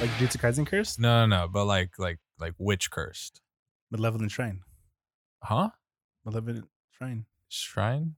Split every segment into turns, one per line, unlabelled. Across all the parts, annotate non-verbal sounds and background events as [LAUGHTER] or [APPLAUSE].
Jujutsu Kaisen curse?
No, no, no. But like, like, like witch cursed.
Malevolent Shrine.
Huh?
Malevolent Shrine.
Shrine?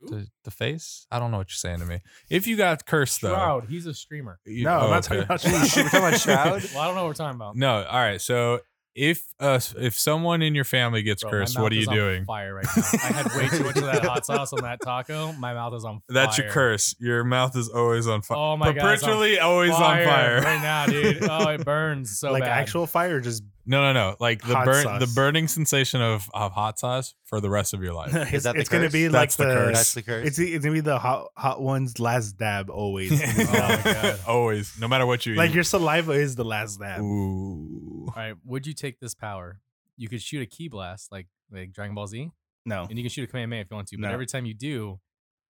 The, the face? I don't know what you're saying to me. If you got cursed though,
Shroud, he's a streamer.
you-
no,
oh,
I'm not talking about
okay.
Shroud.
We're talking
[LAUGHS]
about Shroud.
Well, I don't know what we're talking about.
No, all right. So if uh if someone in your family gets
Bro, my
cursed,
mouth
what are
is
you
on
doing?
Fire right now.
[LAUGHS]
I had way too much of that hot sauce on that taco. My mouth is on. fire.
[LAUGHS] That's your curse. Your mouth is always on fire.
Oh my god, it's on
Perpetually always on fire.
right now, dude.
[LAUGHS]
Oh, it burns so
like
bad.
actual fire, or
[LAUGHS]
just
No, no, no. Like the
Hot
burn,
sauce.
the burning sensation of, of hot sauce for the rest of your
[LAUGHS]
life.
it's,
that the
it's gonna
curse?
be like
That's
the,
the curse.
That's the curse.
It's it's gonna be the hot hot one's last dab
[LAUGHS]
always.
[LAUGHS]
my God.
Oh Always, no matter what you
like
eat.
your saliva is the last dab.
Ooh. [LAUGHS]
All right, would you take this power? You could shoot a key blast like like Dragon Ball Z,
No,
and you can shoot a command man if you want to. But
No.
every time you do,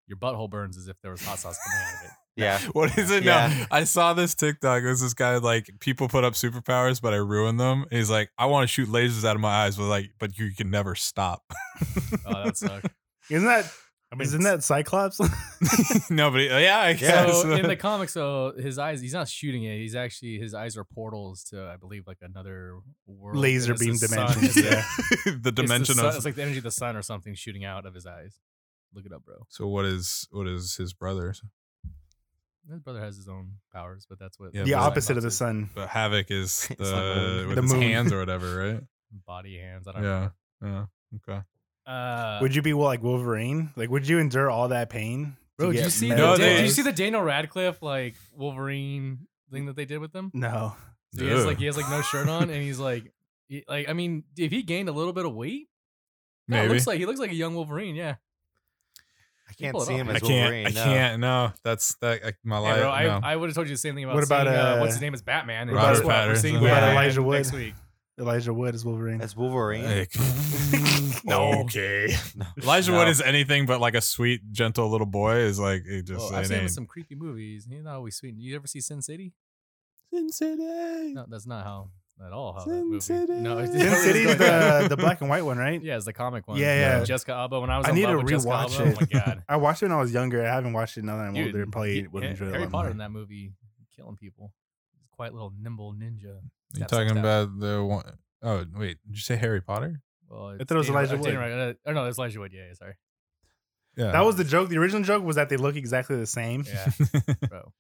your butthole burns as if there was hot sauce coming out of it.
[LAUGHS]
yeah.
What is it now?
Yeah.
I saw this TikTok. It was this guy like people put up superpowers, but I ruined them. And he's like, I want to shoot lasers out of my eyes, but like, but you can never stop. [LAUGHS]
Oh, that sucked.
isn't that
I mean,
not that Cyclops? [LAUGHS]
Nobody. uh, Yeah, I guess. [LAUGHS]
so in the comics, though, his eyes—he's not shooting it. He's actually his eyes are portals to, I believe, like another world.
Laser
It's the
beam
sun.
dimensions,
[LAUGHS] It's the-
yeah.
[LAUGHS] the
it's the
dimension
sun-
of
it's like the energy of the sun or something shooting out of his eyes. Look it up, bro.
So what is what is his brother?
His brother has his own powers, but that's what
Yeah,
the
but-
opposite of the sun.
But Havoc is
It's
the
like
with
the
his
moon.
hands or whatever, right?
Body hands. I don't
Yeah. Yeah. Okay.
know. Uh,
Would you be well, like Wolverine? Like, would you endure all that pain? to
bro, did you
get
see?
metal
No,
the,
they-
did you
gloves?
see the Daniel Radcliffe like Wolverine thing that they did with him?
No,
So he has
Ugh.
like he has like no shirt on, and he's like, he- like I mean, if he gained a little bit of weight, no, it
Maybe.
looks like he looks like a young Wolverine. Yeah,
I
can
can't
pull it
see
off.
him
I
as
can't.
Wolverine.
I
no.
can't. No, that's that. I, my
Hey,
life.
bro, I,
no.
I would have told you the same thing about
What about,
seeing, uh, what's
uh,
his name is Batman. and
Robert
guess what? We're
Pattinson?
seeing
What about
Batman
Elijah Wood? [LAUGHS]
next week.
Elijah Wood is Wolverine.
As Wolverine.
[LAUGHS]
[LAUGHS]
[LAUGHS]
Like-
No.
Okay.
[LAUGHS] No.
Elijah
No.
Wood is anything but like a sweet, gentle little boy. Is like it just.
Well,
it
I've seen him in
ain't.
some creepy movies. He's not always sweet. You ever see Sin City? No, that's not how at all how that
Sin
movie. No, [LAUGHS]
City.
it's-
Sin
Where is
City's
going?
the the black and white one, right?
yeah, it's the comic one.
Yeah,
yeah.
Jessica Alba. When I was,
I
in
need
love
to
with Jessica
rewatch
Alba,
it.
Oh my god,
[LAUGHS] I watched it when I was younger. I haven't watched it now that I'm
Dude,
older. And probably
he-
would
Ha-
enjoy it a
Harry
lot
Potter
more.
in that movie, killing people. He's a quite little nimble ninja.
You
Tap,
talking
tap, tap.
about the one oh wait, did you say Harry Potter?
Well,
thought it was Elijah Wood.
Oh no, it's Elijah Wood. Yeah,
[LAUGHS]
yeah, sorry.
Yeah.
That was the joke. The original joke was that they look exactly the same.
Yeah, bro.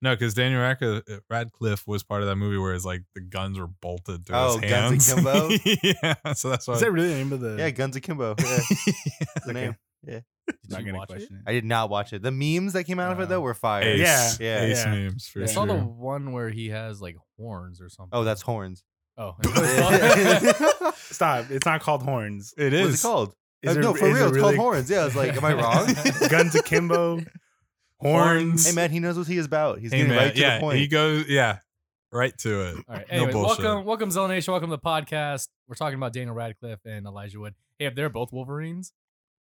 no, because Daniel Radcliffe, uh, Radcliffe was part of that movie where it's like the guns were bolted to
Oh,
his hands.
Guns Akimbo?
[LAUGHS] yeah, so that's why. [LAUGHS]
[LAUGHS] Is that really the name of the?
Yeah, Guns [LAUGHS] Akimbo. Yeah, that's the name.
Did
Not
you
gonna
watch it?
question
I did not watch it. The memes that came out of it though were fire.
Ace,
Yeah.
Yeah.
Ace
Yeah.
names for
I
I
sure.
saw the one where he has like horns or something.
Oh, that's [LAUGHS] horns.
[LAUGHS]
oh.
it. Stop! It's not called horns.
it is.
What's it called?
Is
Uh,
it-
no, for
is it
real, it's called
really-
horns. Yeah, I was like, am I [LAUGHS] wrong?
[LAUGHS] Guns
[LAUGHS]
akimbo, horns.
hey man, he knows what he is about. He's
Hey,
getting
man,
right to
yeah,
the point.
he goes. Yeah, right to it.
[LAUGHS] All right.
No
Anyways,
bullshit.
welcome, welcome, Zell Nation. Welcome to the podcast. We're talking about Daniel Radcliffe and Elijah Wood. Hey, if they're both Wolverines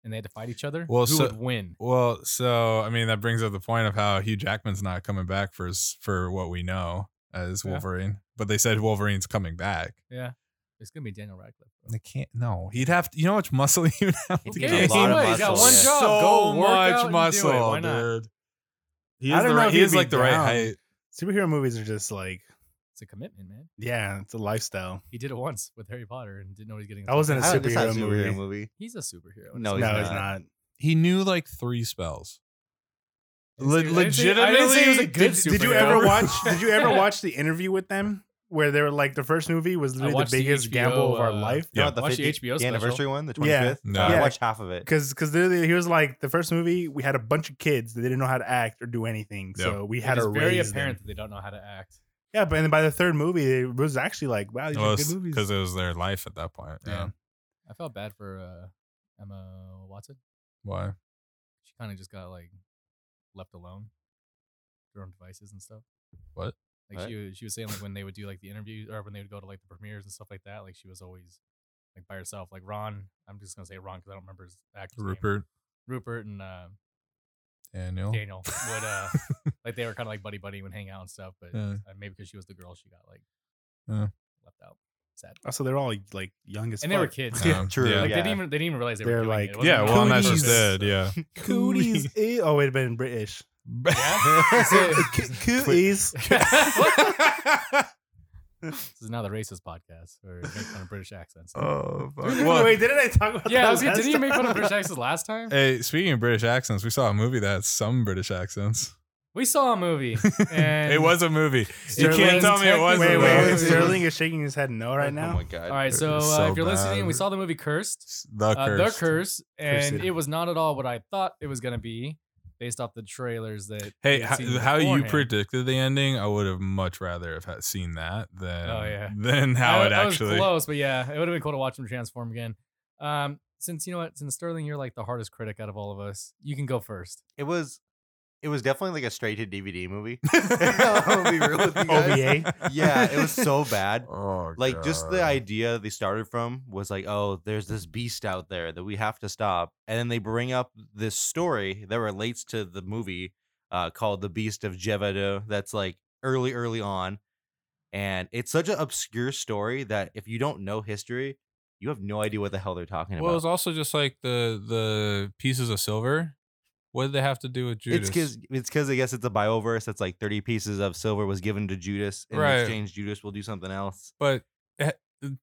and they had to fight each other,
Well,
who
so-
would win?
Well, so I mean that brings up the point of how Hugh Jackman's not coming back for s- for what we know as
Yeah.
Wolverine, but they said Wolverine's coming back.
Yeah, it's gonna be Daniel Radcliffe. bro.
They can't. No, he'd have. To, you know how much muscle [LAUGHS] he would have.
He'd
to
gain
Okay,
gain?
a lot of
he's got
muscle,
one
yeah.
job.
So
Go work
much
out and do it.
muscle,
Why not?
dude. He
I
is,
don't
the
know
right,
if
he
he'd
is
be
like the right
down.
height.
Superhero movies are just like,
It's a commitment, man.
yeah, it's a lifestyle.
He did it once with Harry Potter and didn't know he was getting.
That wasn't a
I don't- it's not
superhero movie.
movie.
He's a superhero.
No,
No,
he's
it's
not.
not.
He knew like three spells.
I didn't say- I didn't say he was a good
Legitimately-
Did you
Superhero.
ever
[LAUGHS]
watch? Did you
[LAUGHS]
ever watch the interview with them where they were like the first movie was literally the
watched the
biggest
HBO,
gamble of our
uh,
life?
You know
Yeah.
about
Watch the
50th
HBO
the
special.
anniversary one, the
Yeah.
25th.
No.
I
Yeah.
watched half of it.
Because because he was like the first movie we had a bunch of kids that they didn't know how to act or do anything,
Yep.
so we
It
had
is
to
very
raise
apparent
them.
that they don't know how to act.
Yeah, but then by the third movie, it was actually like wow, these are good movies.
because it was their life at that point. Yeah.
Yeah.
I felt bad for uh, Emma Watson.
Why?
She kind of just got like left alone, her own devices and stuff.
What?
Like
What?
she was, she was saying like when they would do like the interviews or when they would go to like the premieres and stuff like that, like she was always like by herself. Like Ron, I'm just gonna say Ron because I don't remember his actor's name.
Rupert Oh.
Rupert and uh,
Daniel.
Daniel
[LAUGHS]
would uh like they were kind of like buddy buddy and hang out and stuff, but
Yeah.
uh, maybe because she was the girl, she got like
Yeah.
left out. Sad.
Also, they're all like young as
And they
fuck.
were [LAUGHS] kids.
Yeah.
True.
Yeah.
Like they
yeah.
didn't even they didn't even realize they
They're
were doing
like,
it. it. wasn't
Yeah,
even
well, I'm
like-
not
Coonies.
just dead. Yeah.
[LAUGHS]
Cooties. [LAUGHS] eh? Oh, it had been British.
Yeah? [LAUGHS]
Cooties.
What? This is now the racist podcast or make fun of British accents.
[LAUGHS] oh, fuck.
Well,
Well,
Wait, didn't I talk about
[LAUGHS] yeah,
that?
I was gonna,
last
didn't you make fun of
time?
[LAUGHS]
British accents last time?
hey, speaking of British accents, we saw a movie that had some British accents.
We saw a movie.
[LAUGHS]
And
it was a movie. You
Sterling-
can't tell me it wasn't.
Wait,
though.
wait,
[LAUGHS]
though.
Sterling is shaking his head no right
Oh
now.
my god.
All right,
It
so, uh,
was so
if you're listening, we
bad.
saw the movie Cursed,
The
uh,
curse.
The Curse, and
Cursed.
it was not at all what I thought it was gonna be, based off the trailers that.
Hey,
we had
how,
seen
how you
beforehand.
predicted the ending, I would have much rather have had seen that than
Oh, yeah.
than how
I-
it
I was
actually.
[LAUGHS]
[LAUGHS]
close, but yeah, it would have been cool to watch him transform again. Um, since you know what, since Sterling, you're like the hardest critic out of all of us. You can go first.
It was it was definitely like a straight to DVD movie. I'll be real with you
guys.
yeah, it was [LAUGHS] so bad.
[LAUGHS] Oh,
Like just the
God.
idea they started from was like, oh, there's this beast out there that we have to stop, and then they bring up this story that relates to the movie uh, called "The Beast of Jevedo." That's like early, early on, and it's such an obscure story that if you don't know history, you have no idea what the hell they're talking
Well, it was
about.
also just like the the pieces of silver. What did they have to do with Judas?
It's because it's because I guess it's a bioverse that's like 30 pieces of silver was given to Judas, and
Right.
in exchange, Judas will do something else.
but eh,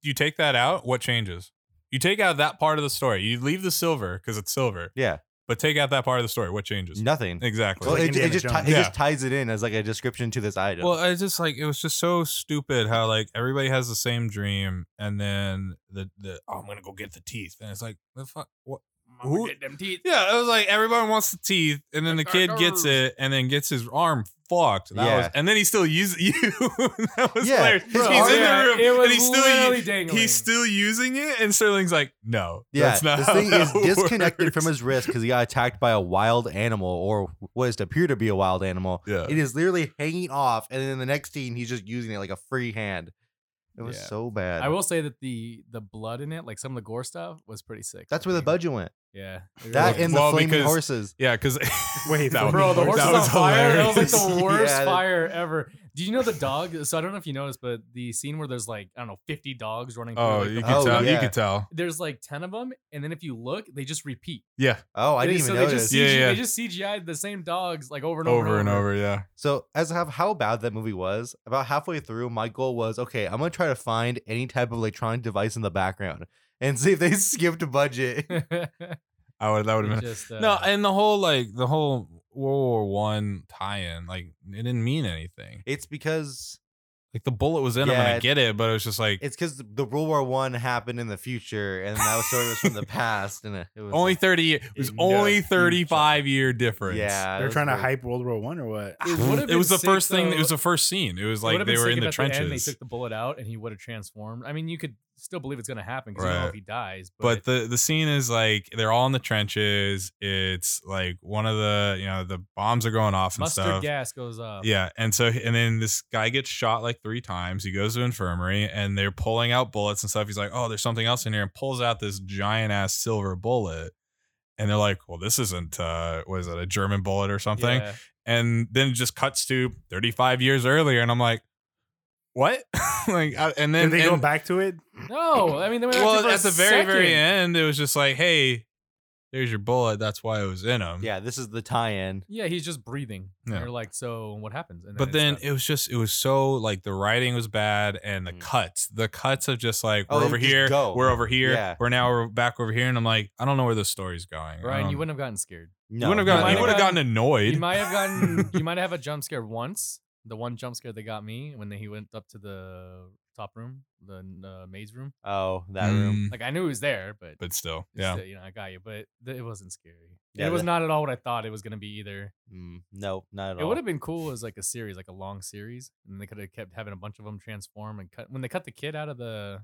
you take that out, what changes? You take out that part of the story. You leave the silver because it's silver,
Yeah,
but take out that part of the story. What changes?
nothing.
Exactly.
Well,
like
it, it
Indiana
just ti-
Jones.
it
Yeah.
just ties it in as like a description to this item.
Well, I just like it was just so stupid how like everybody has the same dream, and then the the oh, I'm gonna go get the teeth, and it's like the fuck what. Who-
Get them teeth.
Yeah, it was like everybody wants the teeth, and then the
Like,
kid
"I
gets
know."
it, and then gets his arm fucked. That was,
Yeah.
and then he still uses [LAUGHS] you. that was
Yeah,
hilarious.
his
He's
arm-
in
Yeah,
the room,
it was
and he's
literally
still u-
dangling.
he's still using it, and Sterling's like, "No,
Yeah,
that's not
this
how
thing
that
is
[LAUGHS]
disconnected
works."
from his wrist because he got attacked by a wild animal, or what is to appear to be a wild animal.
Yeah,
It is literally hanging off, and then the next scene, he's just using it like a free hand. It was
Yeah.
so bad.
I will say that the the blood in it, like some of the gore stuff, was pretty sick.
That's where the budget went.
Yeah. it
That
really
and
was.
Well,
the flaming
because-
horses.
yeah, [LAUGHS] because
Wait,
that was-
bro, the
that
horse was,
was
on fire. That was like
hilarious.
the worst
Yeah.
fire ever. Do you know the dog? So I don't know if you noticed, but the scene where there's like I don't know, fifty dogs running.
[LAUGHS] oh,
through, like,
you
the
can
Oh,
tell, you
yeah.
can tell,
There's like ten of them, and then if you look, they just repeat.
yeah,
Oh, I
They-
didn't even
so They
notice.
just,
Yeah,
CG,
yeah.
they just CGI'd the same dogs like over and over,
over and over, yeah.
So as of how bad that movie was, about halfway through, my goal was okay. I'm gonna try to find any type of electronic device in the background [LAUGHS] and see if they skipped
[LAUGHS]
a budget.
I would that would have been
[LAUGHS] It just,
[LAUGHS]
uh,
No, and the whole like the whole World War One tie-in, like it didn't mean anything.
It's because
Like the bullet was in him, and
Yeah,
I
it-
get it, but it was just like
it's because the World War One happened in the future, and that was story was
[LAUGHS]
from the past, and it it was
only
like-
thirty. year- It was
in the
only
future.
thirty-five year difference.
Yeah,
They're
it
trying to
was weird.
hype World War One or what?
It would've
it
been
was the
sick,
first thing. It
though.
was the first scene. It was
It
like
would've been
they were
sick
in the
if at end they
trenches.
took the bullet out, and he would have transformed. I mean, you could still believe it's gonna happen because you don't know
Right.
if he dies.
but
But,
the the scene is like they're all in the trenches. It's like one of the you know the bombs are going off and
mustard
stuff.
gas goes up.
Yeah, and so and then this guy gets shot like three times. He goes to infirmary, and they're pulling out bullets and stuff. He's like, "Oh, there's something else in here," and pulls out this giant ass silver bullet. And they're like, "Well, this isn't uh, was it a German bullet or something?"
Yeah.
And then it just cuts to 35 years earlier, and I'm like, "What?" [LAUGHS] like, I, and then
Did they go
and-
back to it?
No, I mean, they went after it
Well,
for a
at the very very
second.
end, it was just like, "Hey, there's your bullet. That's why it was in him."
Yeah, this is the tie-in.
Yeah, he's just breathing. And
Yeah.
You're like, so what happens? And
but
it's
then
not-
it was just it was so like the writing was bad and the
Mm.
cuts the cuts of just like
Oh,
we're
they
over
would just
here
go.
we're over here
Yeah.
we're now we're back over here and i'm like i don't know where the story's going I
Ryan, you
don't-
wouldn't have gotten scared.
No,
you wouldn't have
might
gotten you
have
would have gotten annoyed
You might
[LAUGHS]
have gotten. you might have a jump scare once. The one jump scare that got me when he went up to the top room, the uh, maze room.
Oh, that room.
Mm,
Like I knew he was there, but
but still
it's
yeah
still, you know I got you. But th- it wasn't scary.
Yeah,
it was
the-
not at all what I thought it was gonna be either.
Mm, no, not at
It
all.
would have been cool as like a series, like a long series, and they could have kept having a bunch of them transform and cut. When they cut the kid out of the,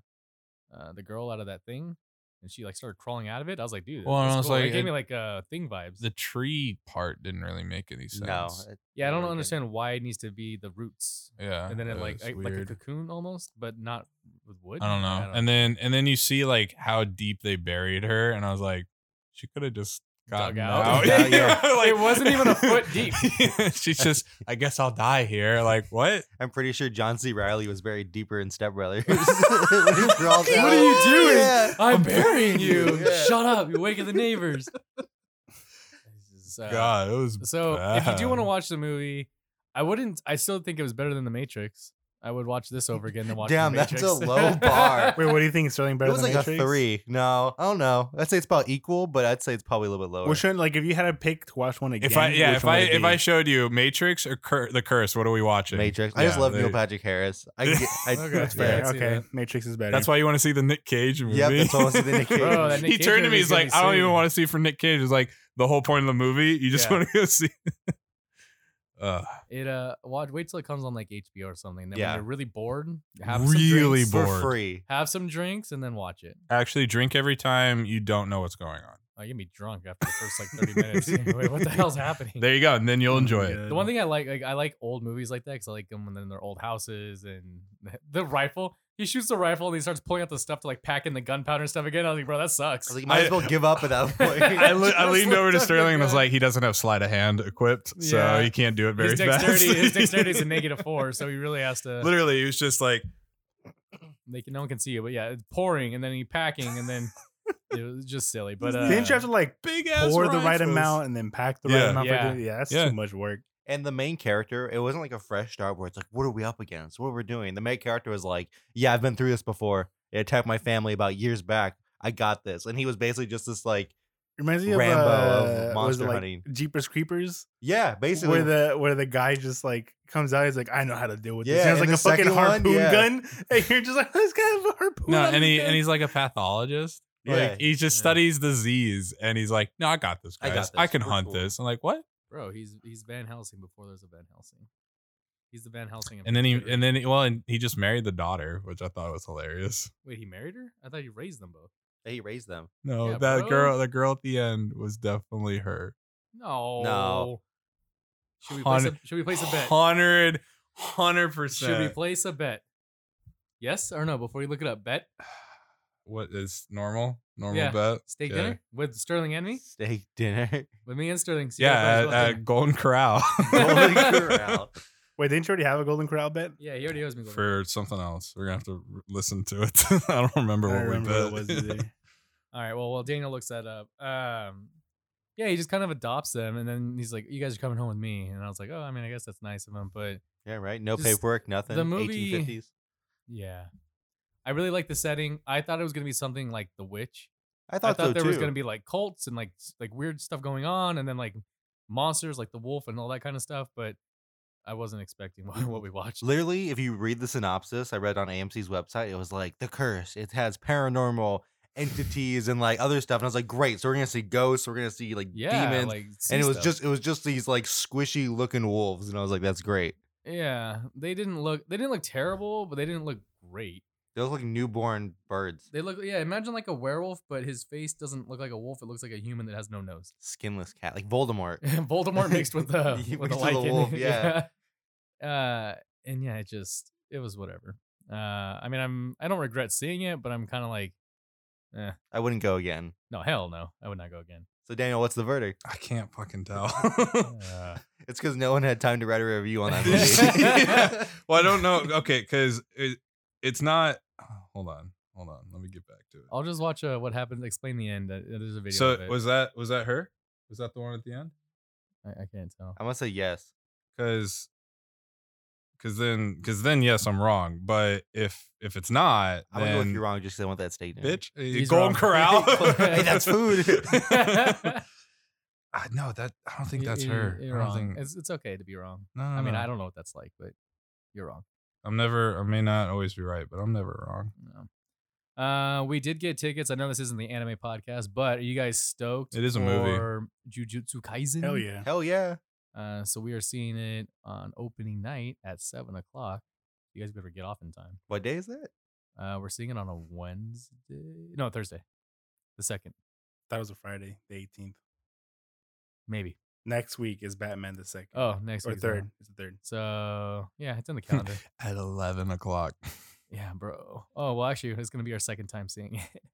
uh, the girl out of that thing, and she like started crawling out of it, I was like, dude,
Well, and
that's
I was
cool. It
like,
gave
it-
me like uh thing vibes.
the tree part didn't really make any sense
no. it-
yeah, I
it
don't
would've
understand why it needs to be the roots,
yeah
and then it like
was
I, like a
Uh, weird.
cocoon almost, but not with wood.
i don't know
[LAUGHS]
and then and then you see like how deep they buried her and i was like she could have just
Dug
gotten
out.
out,
Yeah, yeah.
[LAUGHS] Like-
It wasn't even a foot deep.
[LAUGHS] she's just i guess i'll die here like
[LAUGHS]
what
been- I'm pretty sure John C. Riley was buried deeper in
[LAUGHS]
Step Brothers. [LAUGHS] When he crawled
What
out.
are
[LAUGHS]
you doing?
Yeah.
I'm burying you.
Yeah.
Shut up! You're waking the [LAUGHS] neighbors. This is, uh,
god it was
So if you do want to
bad.
watch the movie, I wouldn't. I still think it was better than The Matrix. I would watch this over again than watch. The
Damn, that's a
Matrix. [LAUGHS]
low bar.
[LAUGHS]
Wait, what do you think? Sterling
It
better
was
than
like
Matrix?
a three. No, I don't know. I'd say it's about equal, but I'd say it's probably a little bit lower.
Well, shouldn't like if you had to pick to watch one again?
If I yeah,
which
if
one
I
would it
if
be?
I showed you Matrix or Cur- the Curse, what are we watching?
Matrix. I just
Yeah,
love
they-
Neil Patrick Harris. I, get, I
Okay.
that's
Yeah,
fair.
I'd see
okay,
that.
Matrix is better.
That's why you want to see the Nick Cage movie.
Yep, that's almost
[LAUGHS]
the Nick Cage.
Bro, that Nick
he
Cage
turned to me.
movie's
He's
gonna
like,
be
I don't even
soon."
want to see for Nick Cage. It's like the whole point of the movie. You just
Yeah.
want to go [LAUGHS] see. Uh,
It uh, watch wait till it comes on like HBO or something. Then
Yeah.
when you're really bored, have
Really
some drinks,
bored.
for free.
Have some drinks and then watch it.
actually, drink every time you don't know what's going on.
I get me drunk after the first like 30 minutes. [LAUGHS] Wait, what the hell's happening?
There you go, and
Oh,
then you'll enjoy it.
the one thing I like, like I like old movies like that because I like them when they're in their old houses and [LAUGHS] the rifle. He shoots the rifle and he starts pulling out the stuff to like pack in the gunpowder and stuff again. I was like, bro, that
I
sucks. [LAUGHS]
was like, you might
I-
as well give up at that point.
I, le- I
Just
leaned over to
looked up
Sterling and
the
was
guy.
like, he doesn't have sleight of hand equipped, so
Yeah.
he can't do it very
his
fast.
dexterity,
[LAUGHS]
his dexterity is a negative four, so he really has to.
Literally, he was just like,
They can, no one can see it, but yeah, it's pouring and then he packing and then
[LAUGHS]
it was just silly. But uh,
didn't you have to like
big ass.
pour the right
rifles."
amount and then pack the
Yeah.
right amount?
Yeah.
For the, yeah, that's
Yeah.
too much work.
[LAUGHS] and the main character, it wasn't like a fresh start where it's like, what are we up against? What are we doing? The main character was like, yeah, I've been through this before. It attacked my family about years back. I got this. And he was basically just this like,
Reminds me of
Rambo of
uh, what was
monster
it, like,
hunting.
Jeepers Creepers,
yeah, basically.
where the where the guy just like comes out, he's like, I know how to deal with this.
Yeah,
He has
in
like
the
a fucking
second one,
harpoon
yeah.
gun, [LAUGHS] and you're just like, this guy has a harpoon.
No,
on
and
his
he
gun."
and he's like a [LAUGHS] pathologist.
Yeah.
Like e he just
Yeah.
studies disease, and he's like, "No, I got this,
I
guys. I,
got this.
can
We're
hunt
cool."
this." I'm like, "What?"
bro, he's he's Van Helsing before there's a Van Helsing. He's the Van Helsing. of
And then he
Peter.
and then he, well, and he just married the daughter, which I thought was hilarious.
wait, he married her? I thought he raised them both.
he raised them.
No,
Yeah,
that
bro.
girl, the girl at the end was definitely her.
No.
No.
Should we place a,
Hundred-
should we place a bet?
Hundred, hundred
Should we
percent.
place a bet? Yes or no? Before you look it up, bet
What is normal? Normal
Yeah.
bet.
steak
Okay.
dinner with Sterling and me,
Steak dinner.
with me and Sterling. See what
Yeah,
happens
at,
about
at
dinner.
Golden
[LAUGHS]
Corral [LAUGHS]
Golden Corral.
wait, didn't you already have a Golden Corral bet?
yeah, he already owes me. For,
for something else. We're gonna have to r- listen to it. [LAUGHS] I don't remember
I
what
don't remember what
we
it was
bet. [LAUGHS]
either.
All right. Well, well, Daniel looks that up. Um, yeah, he just kind of adopts them, and then he's like, "You guys are coming home with me," and I was like, "Oh, I mean, I guess that's nice of him," but
Yeah, right. No
Just
paperwork, nothing.
the movie-
1850s.
yeah, I really like the setting. I thought it was gonna be something like The Witch,
I
I
thought,
thought
so,
there
too.
was gonna be like cults and like s- like weird stuff going on, and then like monsters like the wolf and all that kind of stuff. But I wasn't expecting [LAUGHS] what, what we watched.
Literally, if you read the synopsis I read on AMC's website, it was like the curse. It has paranormal entities and like other stuff. And I was like, great. So we're gonna see ghosts. We're gonna see like
Yeah,
demons.
like sea
and it was
stuff.
just it was just these like squishy looking wolves. And I was like, that's great.
yeah. They didn't look they didn't look terrible, but they didn't look great.
They look like newborn birds,
They look yeah. Imagine like a werewolf, but his face doesn't look like a wolf. It looks like a human that has no nose. [LAUGHS]
skinless cat, like Voldemort.
Voldemort
[LAUGHS]
mixed with the
Mixed
with
with
the
the
lichen. [LAUGHS]
wolf, yeah.
Uh, and yeah, it just it was whatever. Uh, I mean, I'm I don't regret seeing it, but I'm kind of like,
I wouldn't go again.
no, hell no, I would not go again.
So Daniel, what's the verdict?
I can't fucking
[LAUGHS]
tell. [LAUGHS]
[LAUGHS]
Uh,
It's because no one had time to write a review on that
Yeah.
[LAUGHS]
movie. [LAUGHS]
well, I don't know. Okay, because it, it's not. oh, Hold on, hold on. Let me get back to it.
I'll just watch uh, what happened. Explain the end. Uh, there's a video.
so
of it.
was that was that her? Was that the one at the end?
I, I can't tell.
I'm gonna say yes.
Because because then because then yes, I'm wrong. But if if it's not,
I'm gonna go
then-
if you're wrong just because I want that steak. dinner.
bitch. uh,
He's
Golden
[LAUGHS]
wrong.
Corral.
Hey, that's food.
[LAUGHS]
[LAUGHS]
Ah, no, that I don't think
You-
that's
you-
her.
You're
I don't
wrong.
think. Uh-huh.
It's, it's okay to be wrong.
no,
I mean, I don't know what that's like, but you're wrong.
I'm never. I may not always be right, but I'm never wrong.
No. Uh, we did get tickets. I know this isn't the anime podcast, but are you guys stoked?
It is a movie.
for Jujutsu
[LAUGHS]
Kaisen.
Hell yeah.
Hell yeah.
Uh, so we are seeing it on opening night at seven o'clock. You guys better get off in time.
What day is that?
Uh, we're seeing it on a Wednesday. No, Thursday, the second,
That was a Friday, the 18th.
maybe.
Next week is Batman the second.
Oh, next
or
week's the one.
third. It's the third.
So yeah, it's
[LAUGHS]
in the calendar.
At eleven o'clock.
yeah, bro. Oh well, actually, it's gonna be our second time seeing it. [LAUGHS]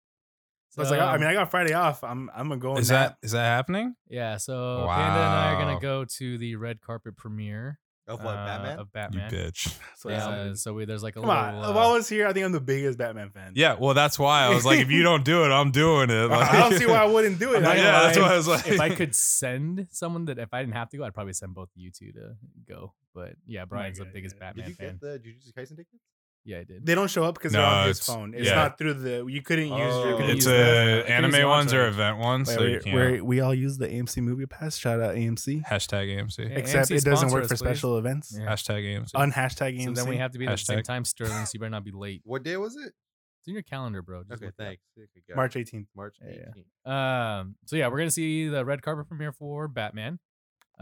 So, I was like, I mean, I got Friday off. I'm I'm gonna go.
Oh,
Is
nap.
that is that happening?
yeah. So Panda and I are
Wow.
gonna go to the red carpet premiere
Of what,
uh,
Batman?
Of
You
Batman.
bitch.
So
Yeah,
stupid.
so we, there's like a
Come
little.
on.
uh,
Of all us here, I think I'm the biggest Batman fan.
Yeah, well, that's why I was like,
[LAUGHS]
if you don't do it, I'm doing it. Like,
I don't
[LAUGHS]
see why I wouldn't do it.
I'm not
I-
yeah,
gonna
that's
lie.
why I was like,
[LAUGHS]
if I could send someone that if I didn't have to go, I'd probably send both of you two to go. But yeah, Brian's the
God,
biggest
yeah.
Batman fan.
the Jujutsu Kaisen tickets?
Yeah, I
[LAUGHS]
did.
They don't show up because they're
No,
on his
it's-
phone. It's
yeah.
not through the. You couldn't use
Oh.
your.
couldn't
it's
use
a
the- I couldn't use
anime
the
ones or
launcher.
event ones, so you
Wait,
can't.
where we all use the AMC Movie Pass. Shout out AMC.
hashtag AMC.
Yeah,
Except
AMC
it doesn't
sponsor
work for
us, please.
special events.
Yeah.
Hashtag AMC.
On hashtag
So
AMC.
then we have to be there at the same
Hashtag.
time, Sterling. So you better not be late.
What day was it?
It's in your calendar, bro. Just
Okay,
look it up.
thanks. Okay, got it.
March 18th.
March
Yeah, yeah.
18th.
Um, so yeah, we're gonna see the red carpet premiere for Batman.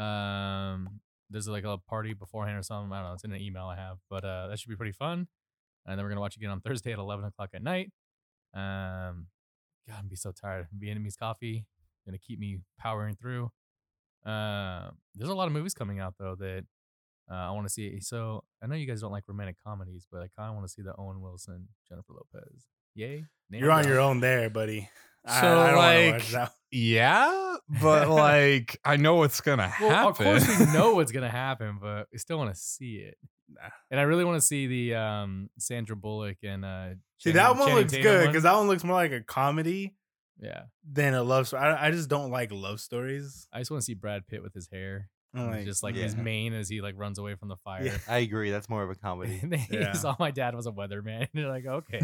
Um, there's like a party beforehand or something. I don't know. It's in an email I have, but uh, that should be pretty fun. And then we're gonna watch again on Thursday at 11 o'clock at night. Um, God, I'm be so tired. Vietnamese coffee gonna keep me powering through. Uh, there's a lot of movies coming out though that uh, I want to see. So I know you guys don't like romantic comedies, but I kind of want to see the Owen Wilson, Jennifer Lopez. Yay! nailed
You're on
it.
your own there, buddy. I,
So,
I don't wanna
like,
watch that.
yeah, [LAUGHS] but like, I know what's gonna
Well,
happen.
of course we
[LAUGHS]
know what's gonna happen, but we still want to see it. And I really want to see the um, Sandra Bullock and uh,
See,
Channing-
that one
Channing
looks
Tatum
good
one.
because that one looks more like a comedy
yeah,
than a love story. I, I just don't like love stories.
I just want to see Brad Pitt with his hair,
I'm
and just like his
yeah.
mane as he like runs away from the
[LAUGHS]
fire. [LAUGHS]
Yeah.
I agree. That's more of a comedy.
and then
Yeah.
you saw my dad was a weatherman, [LAUGHS] and you're like, okay,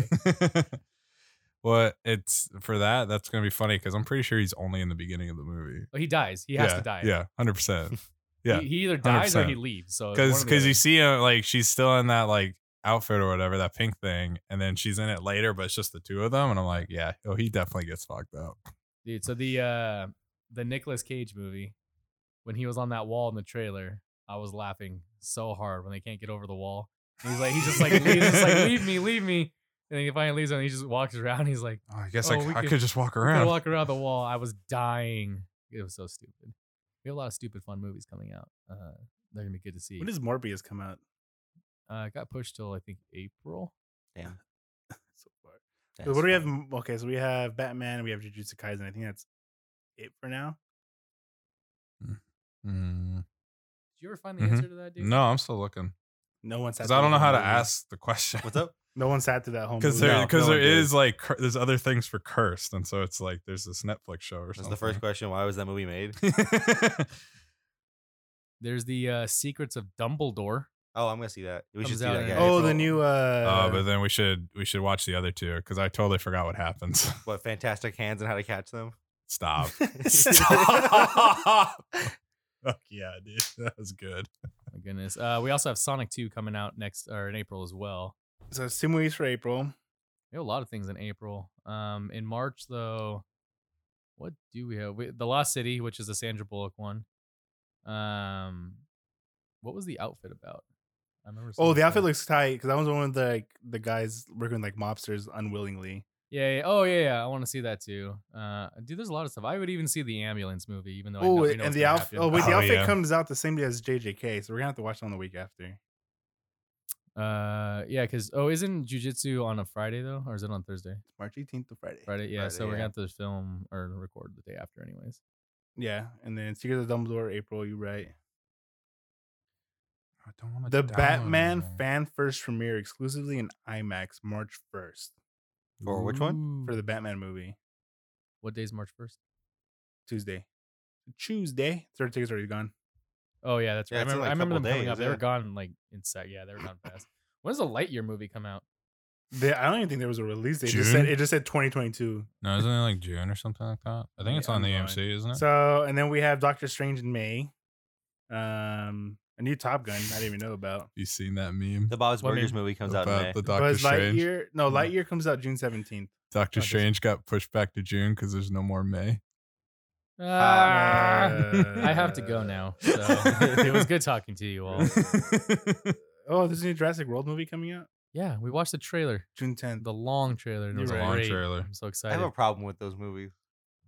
well, it's for that. That's gonna be funny because I'm pretty sure he's only in the beginning of the movie.
well, he dies. He has
yeah,
to die.
Yeah, hundred
[LAUGHS]
percent. Yeah,
he, he either dies or he
100%.
leaves. So it's one
because
or the
because
other.
you see him like she's still in that like outfit or whatever that pink thing and then she's in it later but it's just the two of them and i'm like yeah oh he definitely gets fucked up
dude. So the uh the Nicolas Cage movie, when he was on that wall in the trailer, I was laughing so hard when they can't get over the wall. And he's like, he's just like, leave, he's just like, leave me, leave me. And then he finally leaves, and he just walks around. He's like,
oh, i guess
Oh,
I,
we
I
could-
could, just walk
"I'm gonna
around
walk around the wall. I was dying. It was so stupid. We have a lot of stupid fun movies coming out. Uh, they're gonna be good to see.
When does Morbius come out?
uh, it got pushed till I think April.
Damn.
So far. So what
That's
do we have?
funny.
m- Okay, so we have Batman, we have Jujutsu Kaisen. I think that's it for now.
Mm,
Did you ever find the
Mhm.
answer to that, dude?
no i'm still looking
No one sat.
because
through
i don't
the
know how
whole
to
movie.
ask the question
What's
[LAUGHS]
up?
No one sat through that whole
because
movie.
No,
there because
no
there
one did.
is like cur- there's other things for cursed and so it's like there's this netflix show or
That's
something
the first question. Why was that
[LAUGHS]
movie made? [LAUGHS]
question
There's the uh, Secrets of Dumbledore.
Oh, I'm gonna see that. We should
Comes
see
out
that.
in
guy.
Oh, the
April.
new. Uh,
uh, but then we should we should watch the other two because i totally forgot what happens [LAUGHS]
what fantastic hands and how to catch them. [LAUGHS]
stop [LAUGHS] Stop. Fuck yeah, dude. [LAUGHS] That was good.
My goodness. Uh, we also have Sonic 2 coming out next or in April as well.
so it's two movies for April.
We have a lot of things in April. Um, in March though, what do we have? We, the Lost City, which is the Sandra Bullock one. Um, what was the outfit about? I remember. seeing
Oh, the
this
outfit
one.
looks tight because that was one of the like, the guys working with, like mobsters unwillingly.
Yeah, yeah. Oh, yeah. Yeah. I want to see that too. Uh, dude, there's a lot of stuff. I would even see the ambulance movie, even though. I know,
Oh,
we know
and
what's
the
gonna
outfit. Oh,
happen.
[LAUGHS]
wait, the
Oh,
outfit
yeah.
comes out the same day as JJK, so we're gonna have to watch it on the week after.
[LAUGHS] Uh, yeah, because oh, isn't jujitsu on a Friday though, or is it on Thursday?
March 18th to Friday.
Friday. Yeah.
Friday,
so we're
yeah.
gonna have to film or record the day after, anyways.
Yeah, and then Secret of Dumbledore, April. You right.
I don't want
The Batman fan first premiere exclusively in IMAX March 1st
Or which one?
for the Batman movie
What day's March first?
Tuesday. Tuesday. Third tickets already gone.
Oh yeah, that's right.
Yeah,
I
it's in,
remember,
like,
I
a
remember them
couple
coming
days,
up. They were
yeah.
gone like in sec. Yeah, they were gone fast. When does the Lightyear movie come out?
They, I don't even think there was a release date. It just said
June?
it just said 2022.
No, isn't it like June or something like that? I think
Yeah,
it's on
I'm
the
lying.
AMC, isn't it?
So and then we have Doctor Strange in May. Um, a new Top Gun I didn't even know about.
you seen that meme
The Bob's
What
Burgers
meme?
movie comes out in May.
about the Doctor
Buzz
Strange?
Lightyear. No,
Yeah.
Lightyear comes out June 17th.
Doctor
Oh, does it-
Strange got pushed back to June because there's no more May.
Ah, [LAUGHS]
Uh,
I have to go now. So [LAUGHS] it was good talking to
[LAUGHS]
you [LAUGHS] all.
Oh, there's a new Jurassic World movie coming out
Yeah, we watched the trailer,
June 10th.
the long trailer. And
You're
it was
right.
Long
great.
trailer.
I'm so
I
excited.
have a problem with those movies.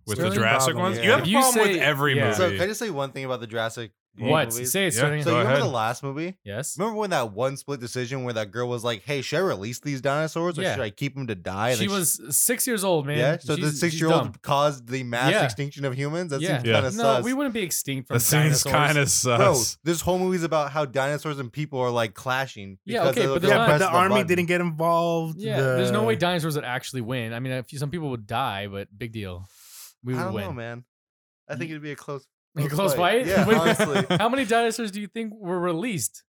With
Really?
the Jurassic
Problem,
ones,
yeah.
you have
If
a
you
problem
say-
with every
yeah.
movie.
So can I just say one thing about the Jurassic Yeah.
What?
Movies.
Say it,
Yeah.
Sterling.
Go
So you remember
ahead.
the last movie?
yes.
Remember when that one split decision where that girl was like, "Hey, should I release these dinosaurs or
Yeah.
should I keep them to die?" And
She
then
was six years old, man.
yeah. So
She's-
the
she's
six-year-old
dumb.
caused the mass
Yeah.
extinction of humans. That
Yeah.
seems
Yeah.
kind
No,
of sus.
we wouldn't be extinct from
That seems
dinosaurs.
kind of sus.
Bro, this whole movie's about how dinosaurs and people are like clashing.
Yeah,
because
okay,
of
but
the
there's
yeah,
not-
but
press
the
of
army
button.
didn't get involved.
Yeah, there's no way
the-
dinosaurs would actually win. I mean, a few, some people would die, but big deal. We
I
would
don't
win.
know, man. I think it'd be a close.
A close fight? [LAUGHS]
Yeah,
Wait,
honestly.
How many dinosaurs do you think were released?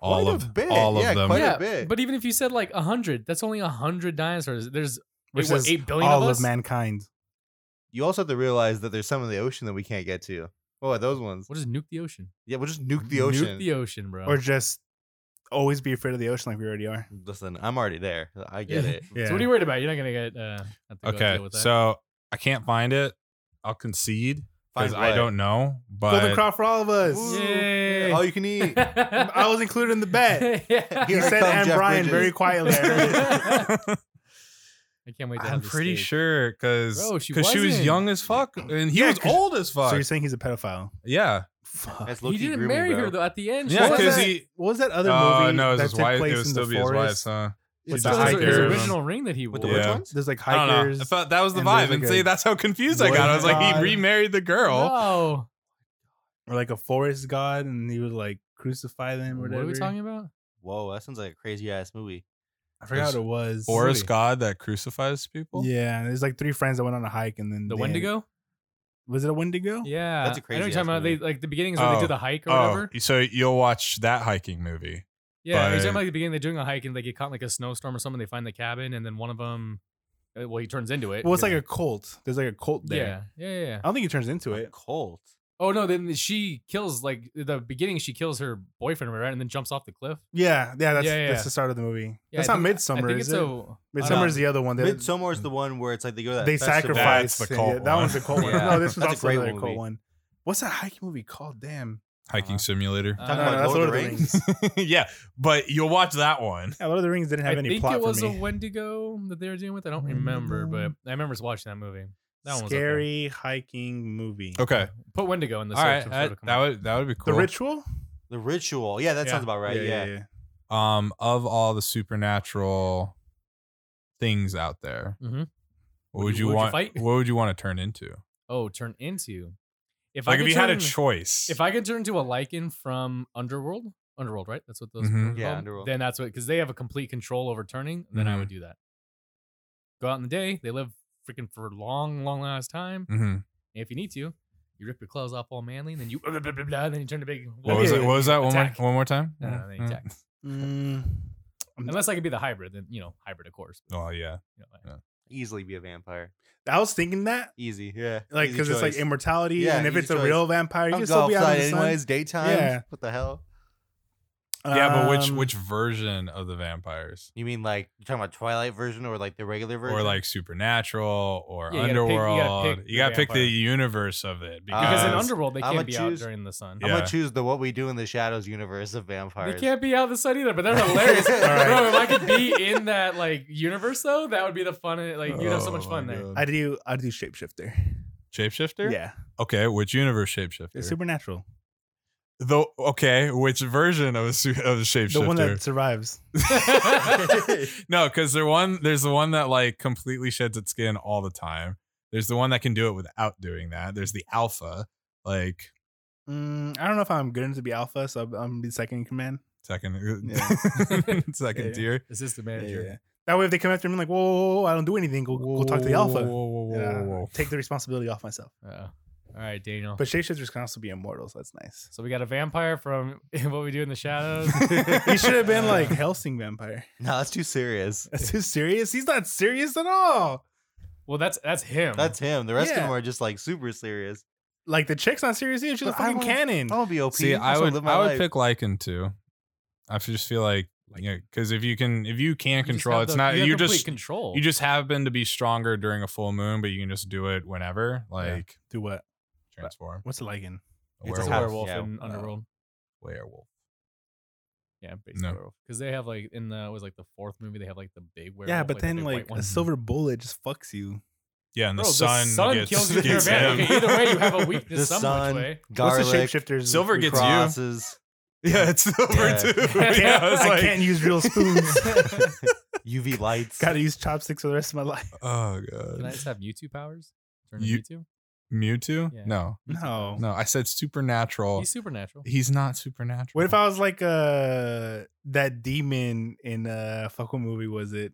all
quite a
of
bit,
all of
yeah,
them.
quite a
yeah,
bit.
but even if you said like hundred, that's only hundred dinosaurs. There's wait,
Which
what,
is
eight billion
all
of
of,
us.
mankind.
You also have to realize that there's some in the ocean that we can't get to. What are those ones?
We'll just nuke the ocean.
Yeah, we'll just nuke the ocean.
Nuke the ocean, bro.
Or just always be afraid of the ocean like we already are.
Listen, I'm already there. I get
Yeah. [LAUGHS]
it.
Yeah.
So what are you worried about? You're not gonna get. Uh, have to go
Okay,
deal with that.
so I can't find it. I'll concede because
Find
I
what?
don't know.
Golden
But [LAUGHS]
Crow for all of us. Mm,
Ooh,
Yay.
yeah, All you
[LAUGHS]
can eat.
I was included in the bet.
yeah.
He
Here
said
comes
and
Jeff
Brian
Bridges."
very quietly.
I can't wait. To
I'm
have this
pretty
steak.
sure because
Bro, she
she was
wasn't.
young as fuck and he
Yeah,
was
'cause-
old as fuck.
so you're saying he's a pedophile?
yeah,
Fuck.
That's
He
low-key
didn't
grooming,
marry
bro.
her though. At the end, she
yeah,
what was
because
that
he.
what was that other
Oh
movie
no, it's
that
his
took
wife. It
place
would
in
still
the
be his wife's,
forest?
huh?
It's
It's
the
the
his, his
hikers.
hikers.
original ring that he wore.
With the
Yeah.
which ones?
There's like
I don't know.
hikers.
I felt- that was the
and there's
vibe, and
like
see,
a
that's how confused I
wood
got. I was like,
god.
he remarried the girl.
No.
or like a forest god, and he would like crucify them or
What
whatever.
are we talking about?
Whoa, that sounds like a crazy ass movie.
I forgot what it was.
Forest
movie?
God that crucifies people.
Yeah, there's like three friends that went on a hike, and then
The
they-
Wendigo?
Was it a
[LAUGHS]
Wendigo?
Yeah,
That's a
I know what
crazy-ass
you're talking about. They
movie.
like the beginning is where they
Oh.
do the hike or
Oh,
whatever.
so you'll watch that hiking movie.
Yeah, you're talking
but-
about like the beginning. They're doing a hike and they get caught in like a snowstorm or something. They find the cabin and then one of them, well, he turns into it.
Well, it's like a cult. There's like a cult there.
yeah, yeah, yeah, yeah.
I don't think he turns into
A
it.
cult.
Oh no, then she kills like the beginning. She kills her boyfriend right, and then jumps off the cliff.
Yeah, yeah. That's
Yeah, yeah, yeah.
that's the start of the movie.
Yeah,
that's
I
not
think- I
Midsummer,
think
is
it's
it?
a um,
Midsummer is the other one. That
Midsummer is the one where it's like they go to that
they
festival.
sacrifice.
That's the
yeah,
cult
that
one.
one's a cult one.
Yeah.
No, this was
That's a
also
great
another cult
movie.
one. What's that hiking movie called? Damn.
Hiking
Uh-huh.
simulator.
Uh,
Talking
No, no,
about
that's
Lord of
Lord
the
of the
[LAUGHS]
Rings.
yeah, but you'll watch that one.
Yeah, Lord of the Rings didn't have
I
any
think
plot
it was
for
a
me.
Wendigo that they were dealing with. I don't remember, but I remember watching that movie. That one was up there.
Scary hiking movie.
Okay.
Put Wendigo in the
All right.
uh,
search. I'm sure
That,
it'll come
that
up.
would that would be cool.
The Ritual.
The ritual. Yeah, that
Yeah.
sounds about right. Yeah.
um of all the supernatural things out there,
Mhm.
what would you,
you- would you
want?
fight?
What would you want to turn into?
oh, turn into. If
like
I
if
could
you had a
turn-
choice,
If I could turn into a lichen from Underworld, Underworld, right? That's what those.
Mhm.
were
Yeah,
called?
Underworld.
Then that's what because they have a complete control over turning. Then I would
Mm-hmm.
do that. Go out in the day. They live freaking for a long, long last time.
hmm
And if you need to, you rip your clothes off all manly, and then you [LAUGHS] blah, blah, blah, blah, blah, and then you turn to big.
what was
be
[LAUGHS]
it? What was that? One more,
attack.
one more time?
No, no, they
Mm.
attack.
Mm,
Unless I could be the hybrid, then you know hybrid, of course.
Oh yeah.
You know,
[LAUGHS]
like-
Easily be a vampire.
I was thinking that,
Easy. Yeah.
like,
easy
because it's like
choice.
immortality,
Yeah,
and if
easy
it's a
choice.
real vampire, you
I'm
can still be out
outside
in the sun.
anyways. Daytime.
Yeah.
What the hell?
Yeah, but which
Um,
which version of the vampires?
You mean like you're talking about Twilight version or like the regular version?
Or like supernatural or
Yeah, you gotta pick- you gotta
underworld. You gotta
pick
pick,
the
the
vampire.
universe of it
Because in
Uh,
Underworld, they
I'ma
can't be out
choose-
during the sun.
I'm
Yeah.
gonna choose the what we do in the shadows universe of vampires.
They can't be out in the sun either, but they're hilarious.
All right.
Bro, if I could be in that like universe though, that would be the fun. Like you'd have so
Oh
much
my
fun there.
God.
I do, I do shapeshifter.
shapeshifter?
Yeah,
Okay, which universe shapeshifter?
it's supernatural.
the okay, which version of a su- of a shapeshifter?
The one that survives.
[LAUGHS] no, because there one there's the one that like completely sheds its skin all the time. There's the one that can do it without doing that. There's the alpha, like
Mm, I don't know if I'm good enough to be alpha, so I'm, I'm gonna be second in command.
second [LAUGHS]
Yeah.
second
Yeah. [LAUGHS]
tier.
Assistant
Yeah,
manager.
yeah. That way, if they come after me, I'm like, whoa, whoa, whoa, I don't do anything. Go, go talk to the alpha.
Whoa, whoa, whoa,
Yeah,
whoa, whoa.
Take the responsibility off myself.
Uh-oh. All right, Daniel.
But shapeshifters can also be immortal, so that's nice.
[LAUGHS] so we got a vampire from [LAUGHS] What We Do in the Shadows.
[LAUGHS]
Uh,
he should have been
[LAUGHS]
like Helsing vampire.
[LAUGHS] no, that's too serious.
That's too serious. He's not serious at all.
Well, that's that's him.
That's him. The rest of them
Um, Yeah.
are just like super serious.
Like the chick's not serious either. She's a
But I
fucking
wanna- Oh.
cannon.
I don't be OP.
See,
I just
I
wanna
would
live my
I would
life.
pick Lycan too. I f- just feel like because if you can if you can
You just
control,
have
it, it's
the-
not
you have
you
complete
just
control.
you just happen to be stronger during a full moon, but you can just do it whenever, like
Do what?
transform.
What's it like in?
A
It's a
it's a
werewolf.
werewolf
Yeah.
in Underworld.
werewolf.
Yeah, basically
No.
werewolf. Because they have like in the it was like the fourth movie they have like the big werewolf.
Yeah, but
the
then
big white
like
one.
a silver bullet just fucks you.
yeah, and the
Bro,
sun,
sun
gets, [LAUGHS]
kills you
gets
with your advantage.
him.
Okay, either way, you have
[LAUGHS]
a weakness
The
some
sun,
which way.
garlic,
What's the shapeshifters?
Silver gets you.
crosses.
[LAUGHS] Yeah, it's silver
Yeah.
[LAUGHS]
too.
I can't,
Yeah, it's
I
like,
can't use real spoons. [LAUGHS]
UV lights.
Got to use chopsticks for the rest of my life.
oh
Can I
god,
just have Mewtwo powers? Turn
You-
to Mewtwo?
Mewtwo?
Yeah.
No,
No.
no, I said supernatural.
He's
He's,
supernatural.
not supernatural.
What if I was like uh that demon in uh fuck what movie was it?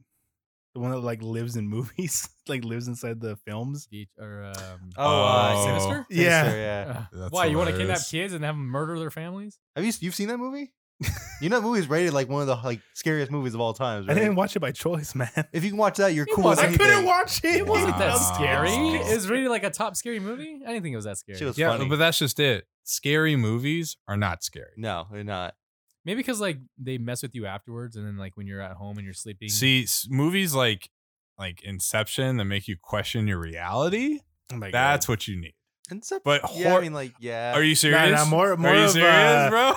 The one that like lives in [LAUGHS] movies, like lives inside the films.
Each- or, um,
Oh, uh,
Oh.
Sinister?
Yeah.
Sinister, yeah.
[LAUGHS] Uh,
That's
why you want to kidnap
hilarious.
kids and have them murder their families?
Have you you've seen that movie? [LAUGHS] you know, that movie's rated like one of the like scariest movies of all time.
I
Right?
didn't watch it by choice, [LAUGHS] man.
If you can watch that, you're
It
cool. as
wasn't-
I couldn't
anything.
watch it.
It wasn't that
Wow.
Scary? [LAUGHS]
Oh.
It was really like a top scary movie. I didn't think it was that scary.
She was
yeah,
funny.
but that's just it. Scary movies are not scary.
no, they're not.
Maybe because like they mess with you afterwards, and then like when you're at home and you're sleeping.
See, s- movies like like Inception that make you question your reality.
Oh my God.
That's what you need.
Inception.
But
yeah,
hor-
I mean, like,
Uh,
yeah.
Are you serious?
Nah, nah, more, more
are you
of,
serious,
uh,
bro?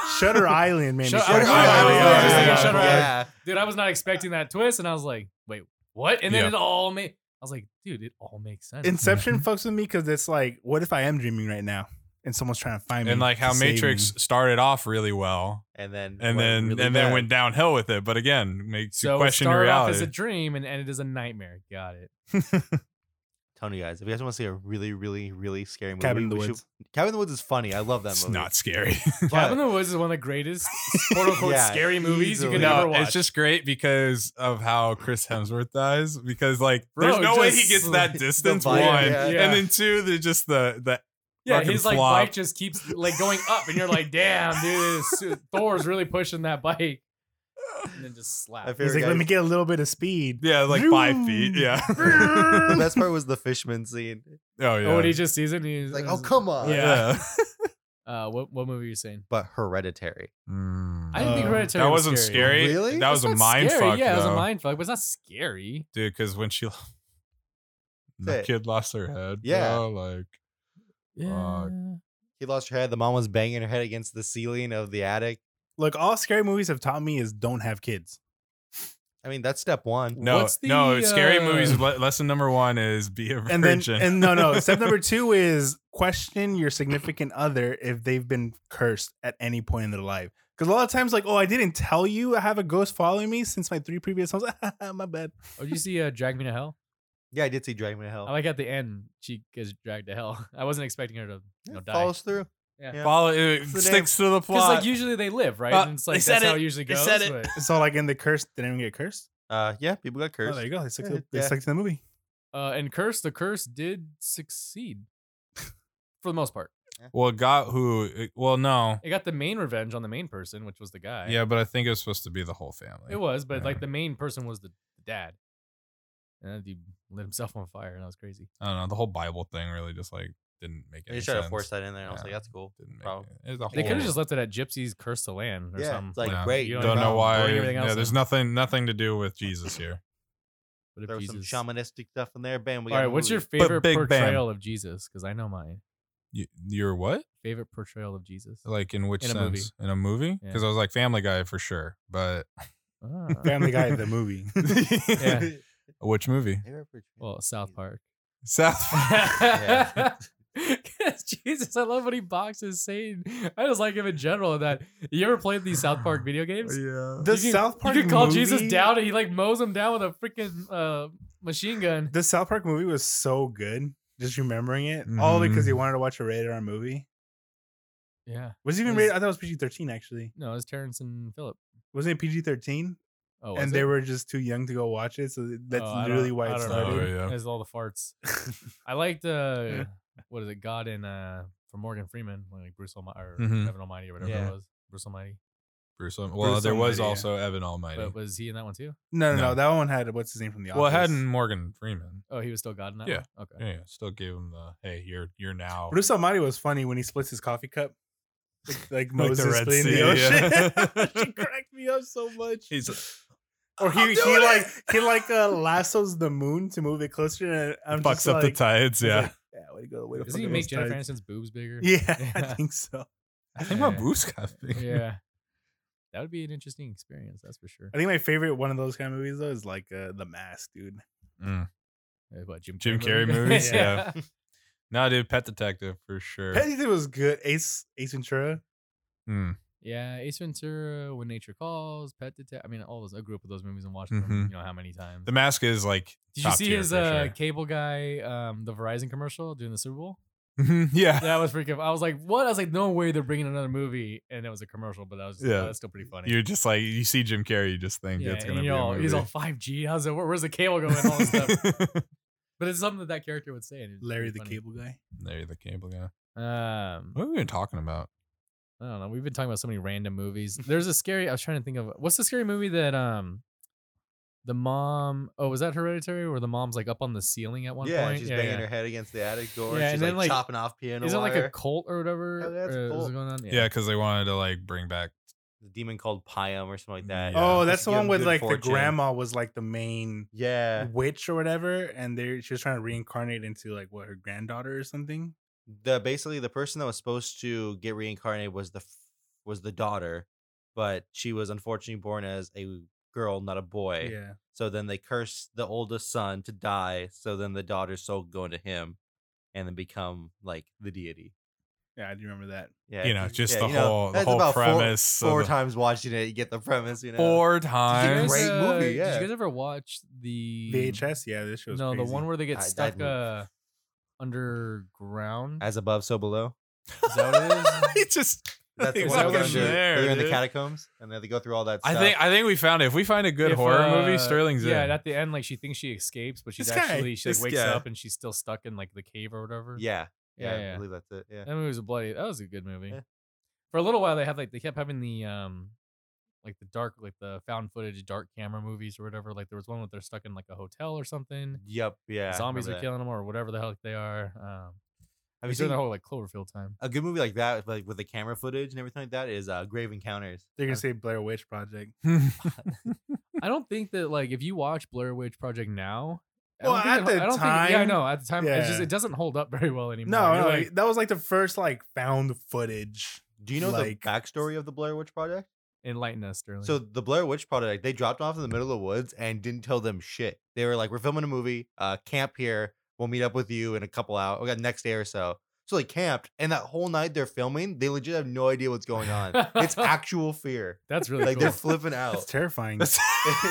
[LAUGHS]
Shutter Island, man.
Shutter
You
Shutter
should-
Island,
yeah, yeah, yeah,
yeah,
Shutter
yeah.
dude, I was not expecting that twist, and I was like, wait, what? And then
Yeah.
it all made. I was like, dude, it all makes
[LAUGHS]
sense. [LAUGHS]
Inception fucks with me because it's like, what if I am dreaming right now and someone's trying to find me?
and like how
to save
Matrix
me?
started off really well,
And then
and
went
then
really
and
bad.
then went downhill with it. But again, makes
so
you question
it
your
started off
reality.
as a dream and ended as a nightmare. Got
[LAUGHS]
it.
telling you guys, if you guys want to see a really, really, really scary
[LAUGHS]
movie,
Cabin in the
we should-
Woods.
Cabin in the Woods is funny. I love that
it's
movie.
not scary.
But
Cabin in the Woods is one of the greatest quote
[LAUGHS]
unquote
Yeah,
scary movies you
easily.
can
No,
ever watch.
it's just great because of how Chris Hemsworth dies. Because like,
Bro,
there's no way he
just-
gets
[LAUGHS]
that distance.
vibe,
one,
yeah.
Yeah.
and then two, they're just the the
yeah,
fucking
his like
flop.
bike just keeps like going up, and you're like, damn, dude, this- Thor's really pushing that bike, and then
[LAUGHS]
just
I
slap.
feel-
He's like, let me
guys.
get a little bit of speed.
yeah, like five feet. Yeah.
[LAUGHS]
[LAUGHS]
the
oh
best part was the fishman scene.
yeah.
Oh, and he just sees it. And he's
It's like, oh come on.
Yeah.
yeah.
Uh, what what movie are you saying?
But Hereditary.
I didn't think
Uh,
Hereditary
Oh, that
was
wasn't scary.
Really?
That was
That's
a
not
mind
scary.
fuck.
Yeah, it was a
though.
mind fuck, but it's not scary.
dude. Because when she, [LAUGHS] the
That's it.
kid lost her head.
Yeah.
bro, like Fuck.
Oh,
He lost her head. The mom was banging her head against the ceiling of the attic.
Look, all scary movies have taught me is don't have kids.
[LAUGHS]
I mean, that's step one.
no,
What's
no.
the,
Scary
uh,
movies. Le- lesson number one is be a
[LAUGHS] and then
virgin.
and
[LAUGHS]
no no step
[LAUGHS]
number two is question your significant other if they've been cursed at any point in their life because a lot of times like oh i didn't tell you i have a ghost following me since my three previous homes [LAUGHS] my bad
Oh, did you see uh, Drag Me to Hell?
Yeah, I did see Dragon to Hell.
I like at the end she gets dragged to hell. [LAUGHS] I wasn't expecting her to you know,
It
die.
follows through.
Yeah.
Follow it
It's the
sticks to the
Because
plot.
like usually they live, right?
Uh,
and it's like
they said
that's how
it.
it usually
They
goes.
said it.
but-
so like in the curse did anyone get cursed
Uh, yeah, people got
oh
cursed.
there you go they stuck
Eh,
Yeah,
to, they
yeah.
stuck to the
[LAUGHS]
movie
Uh, and curse, the curse did
[LAUGHS]
succeed for the most part.
well, got who? Well, no.
It got the main revenge on the main person, which was the guy.
Yeah, but I think it was supposed to be the whole family.
it was, but
yeah.
like the main person was the dad, and that dude lit himself on fire, and that was crazy.
I don't know. The whole Bible thing really just like didn't make any
they should
sense.
have forced that in there. I was like,
Yeah.
that's cool.
Didn't make
Probably.
it. It was a
They could
whole-
have just left it at Gypsy's Curse to Land or
Yeah,
something.
it's like,
Yeah.
great.
You
don't,
don't
know
know.
why.
Bring everything
Yeah,
else
there's
in.
nothing nothing to do with Jesus here.
What if
There was some
Jesus-
shamanistic stuff in there. Bam. We
All
got
right,
a
what's your
movie.
favorite
Big Bang.
portrayal of Jesus? Because I know mine.
You, you're what?
Favorite portrayal of Jesus.
Like in which
In a movie.
sense? In a movie?
Yeah.
Because I was like Family Guy for sure, but
Ah.
[LAUGHS]
family guy the movie
[LAUGHS] Yeah.
which movie?
Favorite portrayal
Well,
of
South
Jesus.
Park. [LAUGHS]
South.
Yeah.
Because Jesus, I love what he boxes saying. I just like him in general. That you ever played these South Park
[SIGHS]
video games?
yeah.
the
You can-
south park
you could call
movie,
Jesus down, and he like mows him down with a freaking uh, machine gun.
the south park movie was so good just remembering it all because he
Mm-hmm.
Mhm.
wanted to watch a rated r movie
Yeah.
was it even
Is-
rated? I thought it was PG thirteen. Actually,
No, it was Terrence and Philip.
wasn't it PG thirteen?
Oh, was
and
it?
they were just too young to go watch it. So th- that's
Oh, I
literally
don't-
why
I
it
don't
know.
started.
Oh, yeah.
There's all the
[LAUGHS]
farts. I liked uh, what is it? God and uh, from Morgan Freeman, like Bruce Almighty or
Mhm.
Evan Almighty or whatever
Yeah.
it was. Bruce Almighty.
Bruce. Al- Well,
Bruce
there was
Almighty,
also Evan Almighty.
But was he in that one too?
No, no, no,
No.
That one had what's his name from the office.
well, it had Morgan Freeman.
Oh, he was still God in that
Yeah.
one? Okay.
Yeah, yeah, still gave him the hey, you're you're now
Bruce Almighty was funny when he splits his coffee cup, like, [LAUGHS] like
Like the
Moses
Red
splitting
Sea,
the ocean. [LAUGHS]
yeah.
she cracked me up so much.
[SIGHS] He's
or he
I'm
he
doing
like
it!
he like [LAUGHS] uh, lassos the moon to move it closer, and I'm
fucks
just
up the
like-
tides.
I
Yeah,
was like, yeah, way to go. Way to
Doesn't he
fucking
make
those
Jennifer
tides."
Aniston's boobs bigger?
Yeah, [LAUGHS] I
[LAUGHS] Yeah.
think so.
[LAUGHS] I think
[LAUGHS]
my
Yeah.
Bruce got [LAUGHS] big.
[LAUGHS]
yeah. That would be an interesting experience, that's for sure.
I think my favorite one of those kind of movies though is like uh, The Mask, dude.
Mm.
Uh, What Jim
Jim Carrey
movie?
movies? Yeah. No, dude, Pet Detective for sure.
Pet Detective was good. Ace Ace Ventura.
Mm.
[LAUGHS] Yeah, Ace Ventura, When Nature Calls, Pet Detective. I mean, all those. I grew up with those movies and watched them.
Mhm.
You know how many times?
The mask is like.
Did you
top
see
tier
his
for
uh,
sure.
cable guy, um, the Verizon commercial during the Super Bowl?
Mhm, [LAUGHS] yeah.
That was freaking. I was like, what? I was like, no way, they're bringing another movie, and it was a commercial. But I was, just, yeah,
Yeah.
that's still pretty funny.
You're just like you see Jim Carrey, you just think
yeah,
it's
and
gonna be
you know,
a movie.
he's on 5G. How's it? Where, where's the cable going? All
[LAUGHS]
this stuff. But it's something that that character would say. and it's
Larry
pretty
the
funny.
Cable Guy.
Larry the Cable Guy.
Um,
What have we been talking about?
I don't know. We've been talking about so many random
[LAUGHS]
movies. There's a scary. I was trying to think of what's the scary movie that um, the mom. Oh, was that Hereditary? Where the mom's like up on the ceiling at one
yeah,
point.
she's banging her head against the attic door.
Yeah,
and
and
she's
then,
like,
like,
chopping off piano
Is it like
wire.
a cult or whatever?
Oh, that's
or
a
is
cult.
going on?
Yeah, because they wanted to like bring back.
the demon called Pium or something like that.
Yeah.
Oh,
Just
that's the
give
one
him
with
good
like the
fortune.
grandma was like the main
Yeah,
witch or whatever, and they she was trying to reincarnate into like what her granddaughter or something.
the basically the person that was supposed to get reincarnated was the f- was the daughter, but she was unfortunately born as a girl, not a boy.
Yeah,
So then they curse the oldest son to die. So then the daughter's soul go into him, and then become like the deity.
yeah, I do remember that.
Yeah,
you know, just
yeah,
the
you know,
whole the
that's
whole
about four-
premise. of
Four
the-
times watching it, you get the premise. You know,
Four
Did you
times.
guys,
Great
uh,
movie,
Did
yeah.
you guys ever watch the
VHS, yeah, this show. Was
no, the
crazy.
one where they get
I- that
stuck
movie.
uh,
[LAUGHS]
underground.
as above,
[LAUGHS]
so below.
Is that what it is?
It just.
That's the
It's
one
not
where
gonna
they're,
there,
they're in the
dude.
catacombs and then they go through all that.
I
Stuff.
think I think we found it. If we find a good
If,
horror
uh,
movie, Sterling's
yeah.
in.
and At the end, like she thinks she escapes, but she's
This guy,
actually she like,
this
wakes
guy.
up and she's still stuck in like the cave or whatever.
yeah,
yeah,
yeah,
yeah.
I believe that's it. Yeah,
That movie was a bloody. That was a good movie.
Yeah.
For a little while, they had like they kept having the um, like the dark, like the found footage, dark camera movies or whatever. Like there was one where they're stuck in like a hotel or something.
yep, yeah. I
Zombies are
remember that.
killing them or whatever the hell they are. Um,
Have
it
you
was during
seen
the whole like Cloverfield time.
a good movie like that, like with the camera footage and everything like that, is uh, Grave Encounters.
they're gonna
That's-
say Blair Witch Project.
I don't think that like if you watch Blair Witch Project now. I
Well,
don't think
at
it-
the
I don't think, yeah, I
time,
know. At the time, it's just
yeah.
it doesn't hold up [LAUGHS] very well anymore.
No,
You're
no,
like,
that was like the first like found footage.
Do you know
like-
the backstory of the Blair Witch Project?
enlighten us, Sterling. [LAUGHS]
So the Blair Witch Project, they dropped off in the middle of the woods and didn't tell them shit. They were like, "We're filming a movie. Uh, camp here. We'll meet up with you in a couple hours. Okay, next day or so." So they camped, and that whole night they're filming. They legit have no idea what's going on.
[LAUGHS]
it's actual fear.
that's really
Like
cool.
they're flipping
That's
out.
[LAUGHS]
terrifying.
Let's, [LAUGHS]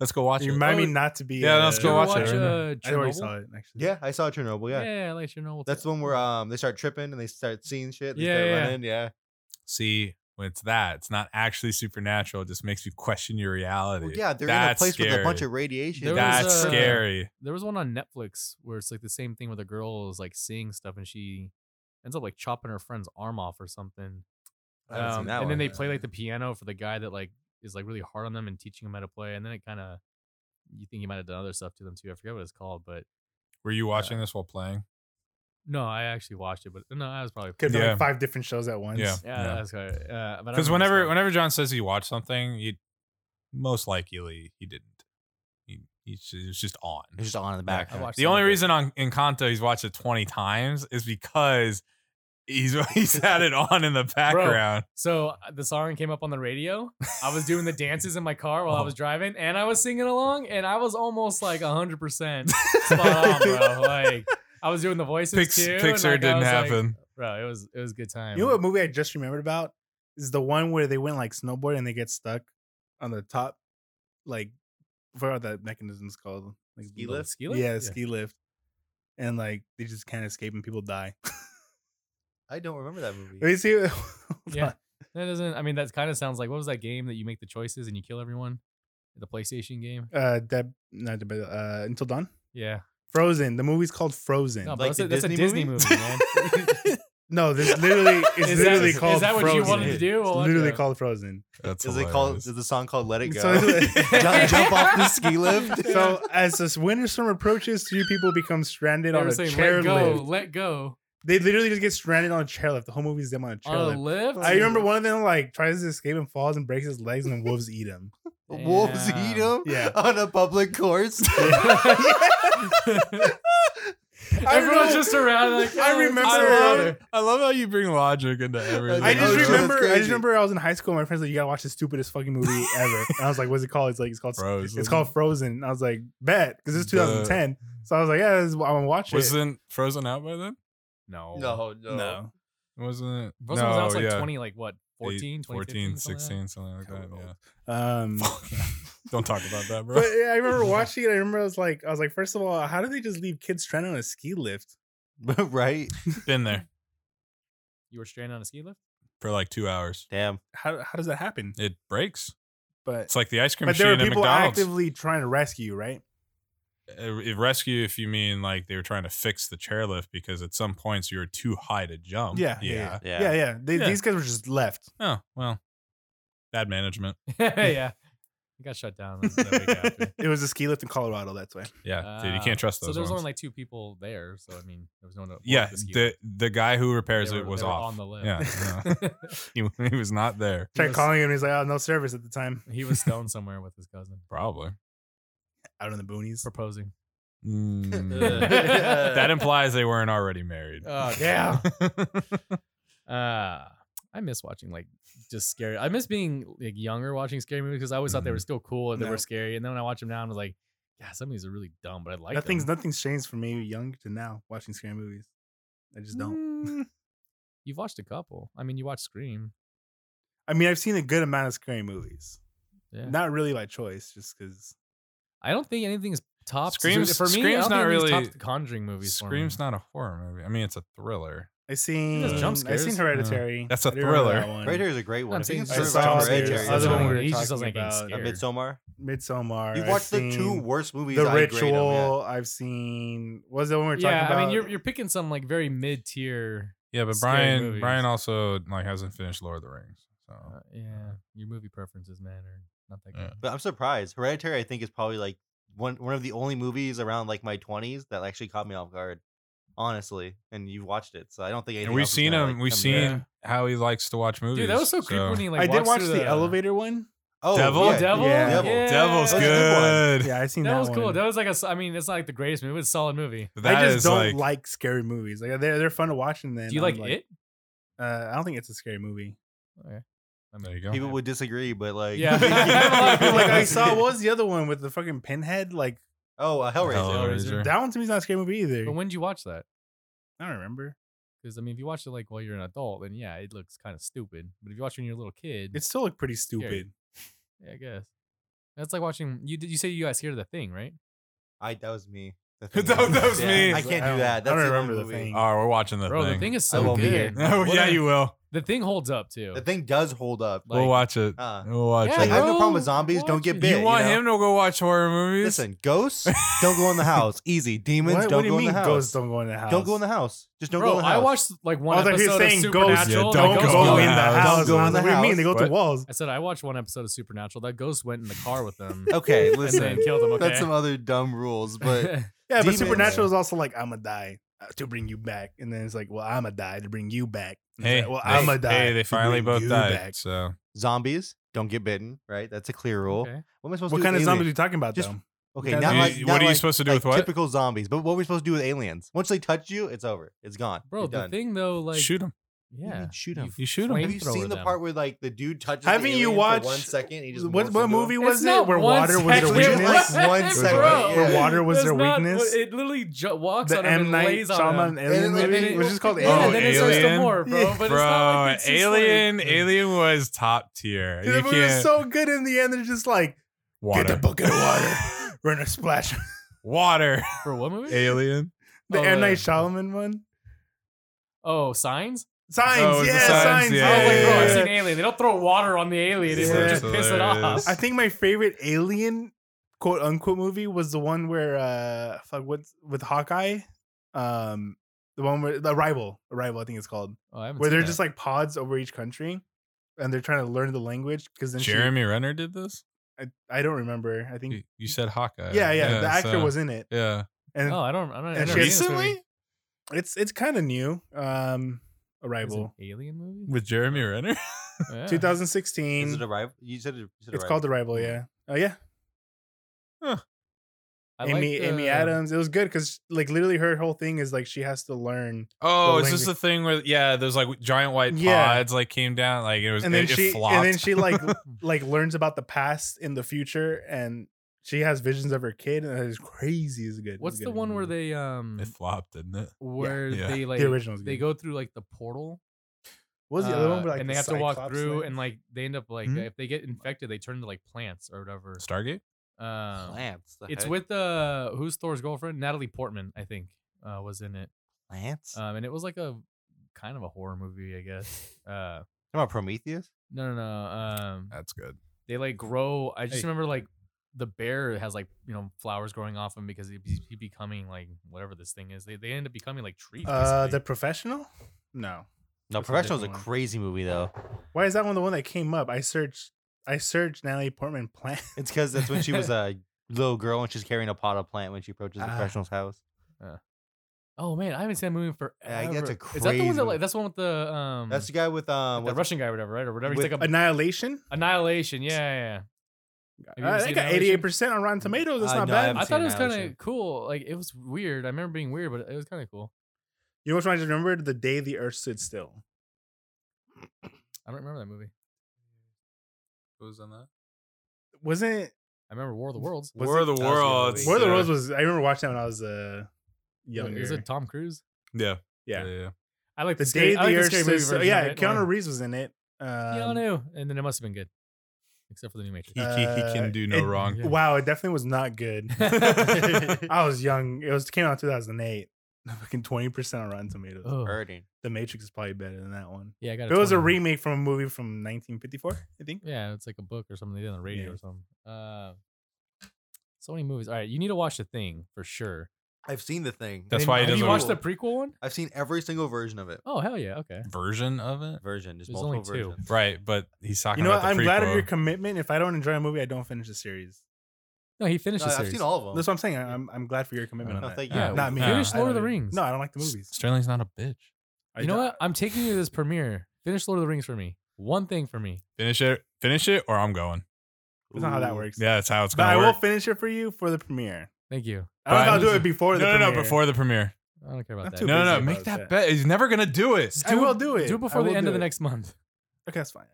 let's go watch
you
it.
remind
Oh,
me not to be.
yeah, let's
Did
go
you ever
watch it
watch,
right now.
uh,
I already
Chernobyl?
saw it actually.
Yeah, I saw Chernobyl. Yeah.
yeah, I like Chernobyl.
That's
too.
the one where um they start tripping and they start seeing shit. They
Yeah,
start
yeah, yeah.
running. Yeah.
[LAUGHS] See, when it's that, it's not actually supernatural. It just makes you question your reality.
Well, yeah, they're
That's
in a place with a bunch
scary.
of radiation.
There
That's
was, uh,
scary.
there was one on Netflix where it's like the same thing where the girl is like seeing stuff and she ends up like chopping her friend's arm off or something.
I haven't seen
Um,
that
and
one.
then they play like the piano for the guy that like is like really hard on them and teaching them how to play. And then it kind of you think he might have done other stuff to them too. I forget what it's called, but
Were you watching this while playing?
no, I actually watched it. But no, I was probably
Could have been
Yeah.
like five different shows at once.
Yeah.
[LAUGHS] yeah, that's good. Uh,
Because
but I remember it's
whenever
called-
whenever John says he watched something, he most likely he didn't. He, he s- it was just on.
It's just on in the back.
I watched
The
some
only
of it.
reason on Encanto he's watched it twenty times is because he's [LAUGHS] he's had it on in the background.
So uh, the song came up on the radio. I was doing the dances in my car while I
Oh.
was driving, and I was singing along, and I was almost like hundred percent spot on, bro. Like I was doing the voices
Pix-
too. and,
Pixar
like, I
didn't
was, like-
happen.
bro. It was it was a good time.
You know what movie I just remembered about is the one where they went like snowboard and they get stuck on the top, like for what that mechanism's called, like
Ski
the-
lift?
Ski lift?
Yeah,
Yeah.
ski lift, and like they just can't escape and people die. [LAUGHS]
I don't remember that movie.
Let me see. [LAUGHS] hold
Yeah.
on.
That doesn't. I mean, that kind of sounds like what was that game that you make the choices and you kill everyone? The PlayStation game.
Uh, Deb, not Deb, uh, Until Dawn.
Yeah.
Frozen. The movie's called Frozen.
No,
No,
but
Like
that's,
the
a, that's a
Disney
Disney movie,
movie? [LAUGHS]
man.
this
[LAUGHS]
literally it's
is that,
literally
is
called
that what
Frozen.
you wanted to
It-
do?
It's
Well,
literally
okay.
called
[LAUGHS]
Frozen.
That's
is it called? Is the song called "Let It Go"?
So-
[LAUGHS] Jump- jump off the ski lift.
[LAUGHS] So as this winter storm approaches, three people become stranded
They
on
were
a
saying, let
chairlift.
go, let go.
They literally just get stranded on a chairlift. The whole movie is them on a
On a
chairlift.
lift.
I
[LAUGHS]
remember one of them like tries to escape and falls and breaks his legs and the wolves eat him.
[LAUGHS] Wolves eat
Damn.
him
Yeah.
[LAUGHS] on a public course.
Yeah.
[LAUGHS]
I
Everyone's
know.
just around like.
I
"Oh,
remember-
it's
I
all
love,
right."
I love how you bring logic into everything.
[LAUGHS] I
Oh,
just
shit, that's
remember. I
crazy.
just remember. I was in high school. And my friends like, "You gotta watch the stupidest fucking movie ever." And I was like, "What's it called?" It's like it's called
Frozen.
it's called Frozen. And I was like, "Bet," because it's
The-
2010. So I was like, "Yeah, this is, I'm gonna watch it."
Wasn't Frozen out by then?
No.
No, no.
Wasn't it?
Frozen was
No,
out to, like
yeah.
20, like what? 14,
14,
2015, something
16, something like that.
Kinda old.
Um, [LAUGHS]
Yeah. Don't talk about that, bro.
but yeah, I remember watching it. I remember I was like, I was like, first of all, how do they just leave kids stranded on a ski lift?
[LAUGHS] right?
Been there
You were stranded on
[LAUGHS]
a ski lift?
for like two hours.
[LAUGHS] Damn.
How how does that happen?
It breaks.
But
It's like the ice cream
but
machine
there were
at
people
McDonald's.
actively trying to rescue you, right?
Uh, if rescue, if you mean like they were trying to fix the chairlift because at some points you were too high to jump.
Yeah,
Yeah.
yeah, yeah.
Yeah.
yeah, yeah. They,
Yeah.
These guys were just left.
Oh, well, bad management.
[LAUGHS] yeah. It got shut down the- the week after.
It was a ski lift in Colorado. That's why.
[LAUGHS] Yeah, dude, you can't
Uh,
trust those
So there was
ones.
only like two people there. So, I mean, there was no one. to walk
yeah,
the ski
the
lift.
the guy who repairs
They
it
were-
was
they were
off.
on the lift.
Yeah, [LAUGHS] no. he, [LAUGHS] he was not there.
Tried
was-
calling him. He's like, "Oh, no service at the time."
[LAUGHS] he was stoned somewhere with his cousin,
Probably.
Out in the boonies.
proposing. [LAUGHS]
Mm. [LAUGHS] that
That
implies they weren't already married.
Oh,
Yeah.
Uh, I miss watching like just scary. I miss being like younger watching scary movies because I always thought they were
Mm-hmm.
Mhm.
still cool and they
No.
were scary. And then when I watch them now, I'm like, yeah, some of these are really dumb, but I like
nothing's
them.
nothing's changed from me young to now watching scary movies. I just don't.
Mm.
You've watched a couple. I mean, you watched Scream.
I mean, I've seen a good amount of scary movies.
Yeah.
Not really by choice, just because.
I don't think anything's tops.
Scream's-
for me, I
Scream's
don't
not
think anything's
really-
tops the Conjuring movies. for me.
Scream's not a horror movie. I mean, it's a thriller.
I seen
There's jump
I seen
scares.
Hereditary.
That's a
I do remember
thriller.
that one.
Predator is a great one.
I'm
If you
saying
can
I
Predator
survive
is a
saw
from
jump
the
scare.
Predator,
Predator
it's
is
other
a
one we
horror.
were
He just
talking
doesn't like
about.
getting scared.
Midsommar.
Midsommar.
You've
I've
watched the two
seen
worst movies.
The
I grade 'em, yeah.
Ritual. I've seen. What's the one we were talking
yeah,
about?
I mean, you're you're picking some like very mid tier.
Yeah, but
Scary
Brian
movies.
Brian also like hasn't finished Lord of the Rings. So
Oh.
Uh, yeah, your movie preferences, man, are not that
Yeah.
good.
But I'm surprised. Hereditary, I think, is probably like one one of the only movies around like my 20s that actually caught me off guard, honestly. And you've watched it, so I don't think.
and
anything
we've
else is
seen
gonna,
him.
like,
we've
come
seen
there.
how he likes to watch movies.
Dude, that was so creepy when he like
I did
walks
watch
through
the, elevator one.
Oh,
Devil?
yeah.
Devil,
Yeah.
Devil.
Devil's
That was a
good.
Yeah, I seen that,
That was cool.
one.
That was like a. s- I mean, it's not like the greatest movie. It's a solid movie.
That
I just
is,
don't
like,
like, scary movies. Like they're they're fun to watch. And then
Do you
I'm
like, it?
Uh, I don't think it's a scary
[LAUGHS]
movie.
oh, There you go.
People would disagree, but
[LAUGHS]
like, [LAUGHS]
Yeah. Yeah.
[LAUGHS] like I saw what
[LAUGHS]
was the other one with the fucking pinhead? Like
Oh, uh, Hellraiser.
Hellraiser.
that one to me is not a scary movie either.
But when did you watch that?
I don't remember.
Because I mean, if you watch it like while you're an adult, then yeah, it looks kind of stupid. But if you watch it when you're a little kid,
It still looked pretty stupid.
yeah, I guess that's like watching. You did you say you guys hear the thing, right?
I that was me. The
[LAUGHS] That-
Thing.
that was me.
I can't
I don't-
do that.
I don't
That's the only
remember the
movie.
thing.
Oh, we're watching the
Bro,
thing.
the thing is so
won't be here.
good.
oh [LAUGHS]
What
yeah,
a-
you will.
The thing holds up too.
The thing does hold up.
we'll
like-
watch it.
Uh,
we'll watch
Yeah,
Like, I have
it.
no problem with
Bro,
zombies.
watch
Don't get
it.
bit.
you want
know?
him to go watch horror movies?
Listen, ghosts don't go
[LAUGHS]
in the house. Easy. Demons
What,
don't
what do
go
you mean
in the house.
ghosts don't go in the house?
Don't go in the house. Just don't go in
Bro,
the
I
house.
watalked like one
I thought he was
episode of
saying
Yeah,
ghosts.
Supernatural. The
Don't
Don't go
ghost
go
went
in the house.
Don't go
I was
in the
like, What do you mean? They go
house.
through walls.
I said I watched one episode of Supernatural. That ghost went in the car with them.
[LAUGHS] Okay,
[LAUGHS] And then
listen.
killed him. Okay.
That's some other dumb rules,
[LAUGHS]
but [LAUGHS]
Yeah,
Demons.
but Supernatural is also like I'ma die uh, to bring you back, and then it's like, well, I'ma die to bring you back. And it's
Hey,
like, well,
they,
I'ma die.
Hey, they
to
finally
bring
both
you
died.
back.
So
zombies don't get bitten, right? That's a clear rule.
Okay.
What am I supposed
What
to do?
kind of
with
zombies are you
aliens?
talking about,
Just-
though?
Okay,
You
not
guys-
like
You-
not
what are you
like-
supposed to do with
like
what?
Typical zombies, but what are we supposed to do with aliens? Once they touch you, it's over. It's gone.
Bro,
You're
the
done.
thing though, like
shoot him.
What do you
yeah,
mean shoot him.
You shoot 'em.
Have you
flamethrower
seen the
them.
part where like the dude touches? the
Haven't you
alien for
watched-
one second? And he just
What,
morphs
what
into him?
movie
It's
was
not
it where
one
water was their
second.
Literally,
weakness?
[LAUGHS]
like, one
Where-
second.
Bro.
Where
Yeah.
water was
That's
their
not-
weakness?
It literally ju- walks
The
on him
M
and
Night
lays on him.
Shyamalan Alien
And then-
movie,
and
which
then-
is called
Yeah,
Oh,
Alien.
and then it starts to
Alien?
more, bro. But it's
Bro,
not like it's just like-
Alien, Alien was top tier.
Dude,
you
the movie was
can't
so good in the end. It's just like
water.
get the bucket of water, we're gonna splash. [LAUGHS]
water. [LAUGHS]
For what movie?
Alien.
The
Oh,
M Night
yeah.
Shyamalan one.
Oh, signs.
Signs,
Oh, it was the
yeah,
signs,
signs.
yeah,
yeah,
I was like,
yeah,
bro,
yeah,
I've
yeah.
seen Alien. They don't throw water on the alien. They
Yeah.
just piss it off.
Hilarious.
I think my favorite alien quote unquote movie was the one where uh fuck what's with Hawkeye? Um the one where the rival, rival I think it's called.
Oh, I haven't
Where
seen
they're
that.
just like pods over each country and they're trying to learn the language because then she-
Jeremy Renner did this.
I, I don't remember. I think
You, you said Hawkeye.
yeah, yeah, the actor
so-
was in it.
Yeah.
And
uh, Oh, I don't. I don't. I
and
never
she-
seen this movie.
it's it's kind of new. Um
It's an
Arrival.
alien movie.
With Jeremy Renner.
Yeah.
2016.
Mm.
Is it a rival? You said it, you said
it's called
the.
The Rival, yeah. Oh yeah.
I I
Amy
liked,
Amy
uh,
Adams. It was good because like literally her whole thing is like she has to learn,
[LAUGHS] Oh,
The
is this
langu-
the thing where yeah, those like giant white
Yeah.
pods like came down, like it was
and then
it, it
she
flopped.
and then she like
[LAUGHS]
like learns about the past and the future, and she has visions of her kid, and it's crazy. Is good. It's
What's
good.
the one where they um
[LAUGHS] it flopped, didn't it?
where
Yeah.
they like
the original?
they go through like the portal
What was the other one?
uh,
where, like,
and
the
they have to walk
Cyclops Hmm?
through
thing?
and like they end up like
Mhm.
if they get infected they turn to like plants or whatever.
Stargate?
Um,
Plants. the
It's
heck?
with uh who's Thor's girlfriend? Natalie Portman, I think, uh, was in it.
plants.
Um, and it was like a kind of a horror movie, I
[LAUGHS]
guess. Uh,
Talking about Prometheus.
no, no, no. Um,
That's good.
they like grow. I just
Hey.
remember like the bear has like you know flowers growing off him because he- he's he becoming like whatever this thing is. They they end up becoming like trees.
uh, the
basically.
professional. No,
No,
That's a
Professional's a
different one.
crazy movie though.
why is that one the one that came up? I searched. I searched Natalie Portman plant.
It's because that's when she was a little girl and she's carrying a pot of plant when she approaches the
Ah.
Professional's house.
oh man, I haven't seen that movie in forever.
Yeah, that's a
Is that the one
crazy-
that like that's the one with the um
That's the guy with um.
the
what's-
Russian guy or whatever, right? Or whatever. He's
with
like
[LAUGHS]
a
Annihilation.
annihilation. Yeah, yeah. you
Uh,
ever
they
seen
got eighty-eight
Annihilation?
percent on Rotten Tomatoes. That's
Uh,
not
no, I
bad.
haven't
yeah. I thought it was kind
Annihilation.
of cool. Like it was weird. I remember it being weird, but it was kind of cool.
You know which one I just remembered? The day the Earth stood still.
I don't remember that movie.
What was on that?
Wasn't it?
I remember War of the Worlds.
Was
War of the
That was the other
Worlds.
movie.
War of the
yeah.
Worlds was. I remember watching that when I was uh, younger.
Is it Tom Cruise?
Yeah.
Yeah.
yeah.
I like
the
the,
day
scary, I like
the
the
Earth
scary movie
stood still.
version of
Yeah,
it,
Keanu
or-
Reeves was in it. Um,
Keanu, and then it must have been good, except for the new Matrix.
He, he, he
uh,
can do no
it-
wrong.
yeah.
Wow, it definitely was not
[LAUGHS]
good. [LAUGHS] I was young. It was came out in 2008. [LAUGHS] Fucking 20% on Rotten Tomatoes.
Oh.
Hurting.
The Matrix is probably better than that one.
Yeah, I got
It was a
20.
remake from a movie from 1954, I think.
Yeah, it's like a book or something they did on the radio
Yeah.
or something. Uh, so many movies. All right, you need to watch the thing for sure.
I've seen the thing.
That's
I've
why he
seen-
Have you
doesn't-
watched the prequel one?
I've seen every single version of it.
Oh hell yeah! Okay.
Version of it?
Version. There's,
There's only
multiple
two.
versions.
Right, but he's talking
You know what?
about the
I'm glad of
prequel.
your commitment. If I don't enjoy a movie, I don't finish the series.
No, he finished
No,
the
I've
series.
seen all of them.
That's what I'm saying. I- I'm, I'm glad for your commitment
No,
on that.
thank
you. Yeah,
not me.
we
I
finished
don't
Lord of the
even-
Rings.
No, I don't like the
S-
movies.
Sterling's not a bitch.
I
You know
don't-
what? I'm taking you to this premiere. Finish Lord of the Rings for me. One thing for me.
Finish it. Finish it or I'm going.
That's not how that
Ooh. [LAUGHS]
works.
Yeah, that's how it's
but I
gonna
will
work.
finish it for you for the premiere.
Thank you.
I don't know if
But-
I'll do it before
No,
the
no,
premiere.
no, before the premiere.
I don't care about
Not
that.
too
No, no, no.
busy
Make
about
that
that.
bet. He's never gonna do it.
I will do it.
Do it before
I
the
will
end of
do
the
it.
next month.
Okay, that's fine.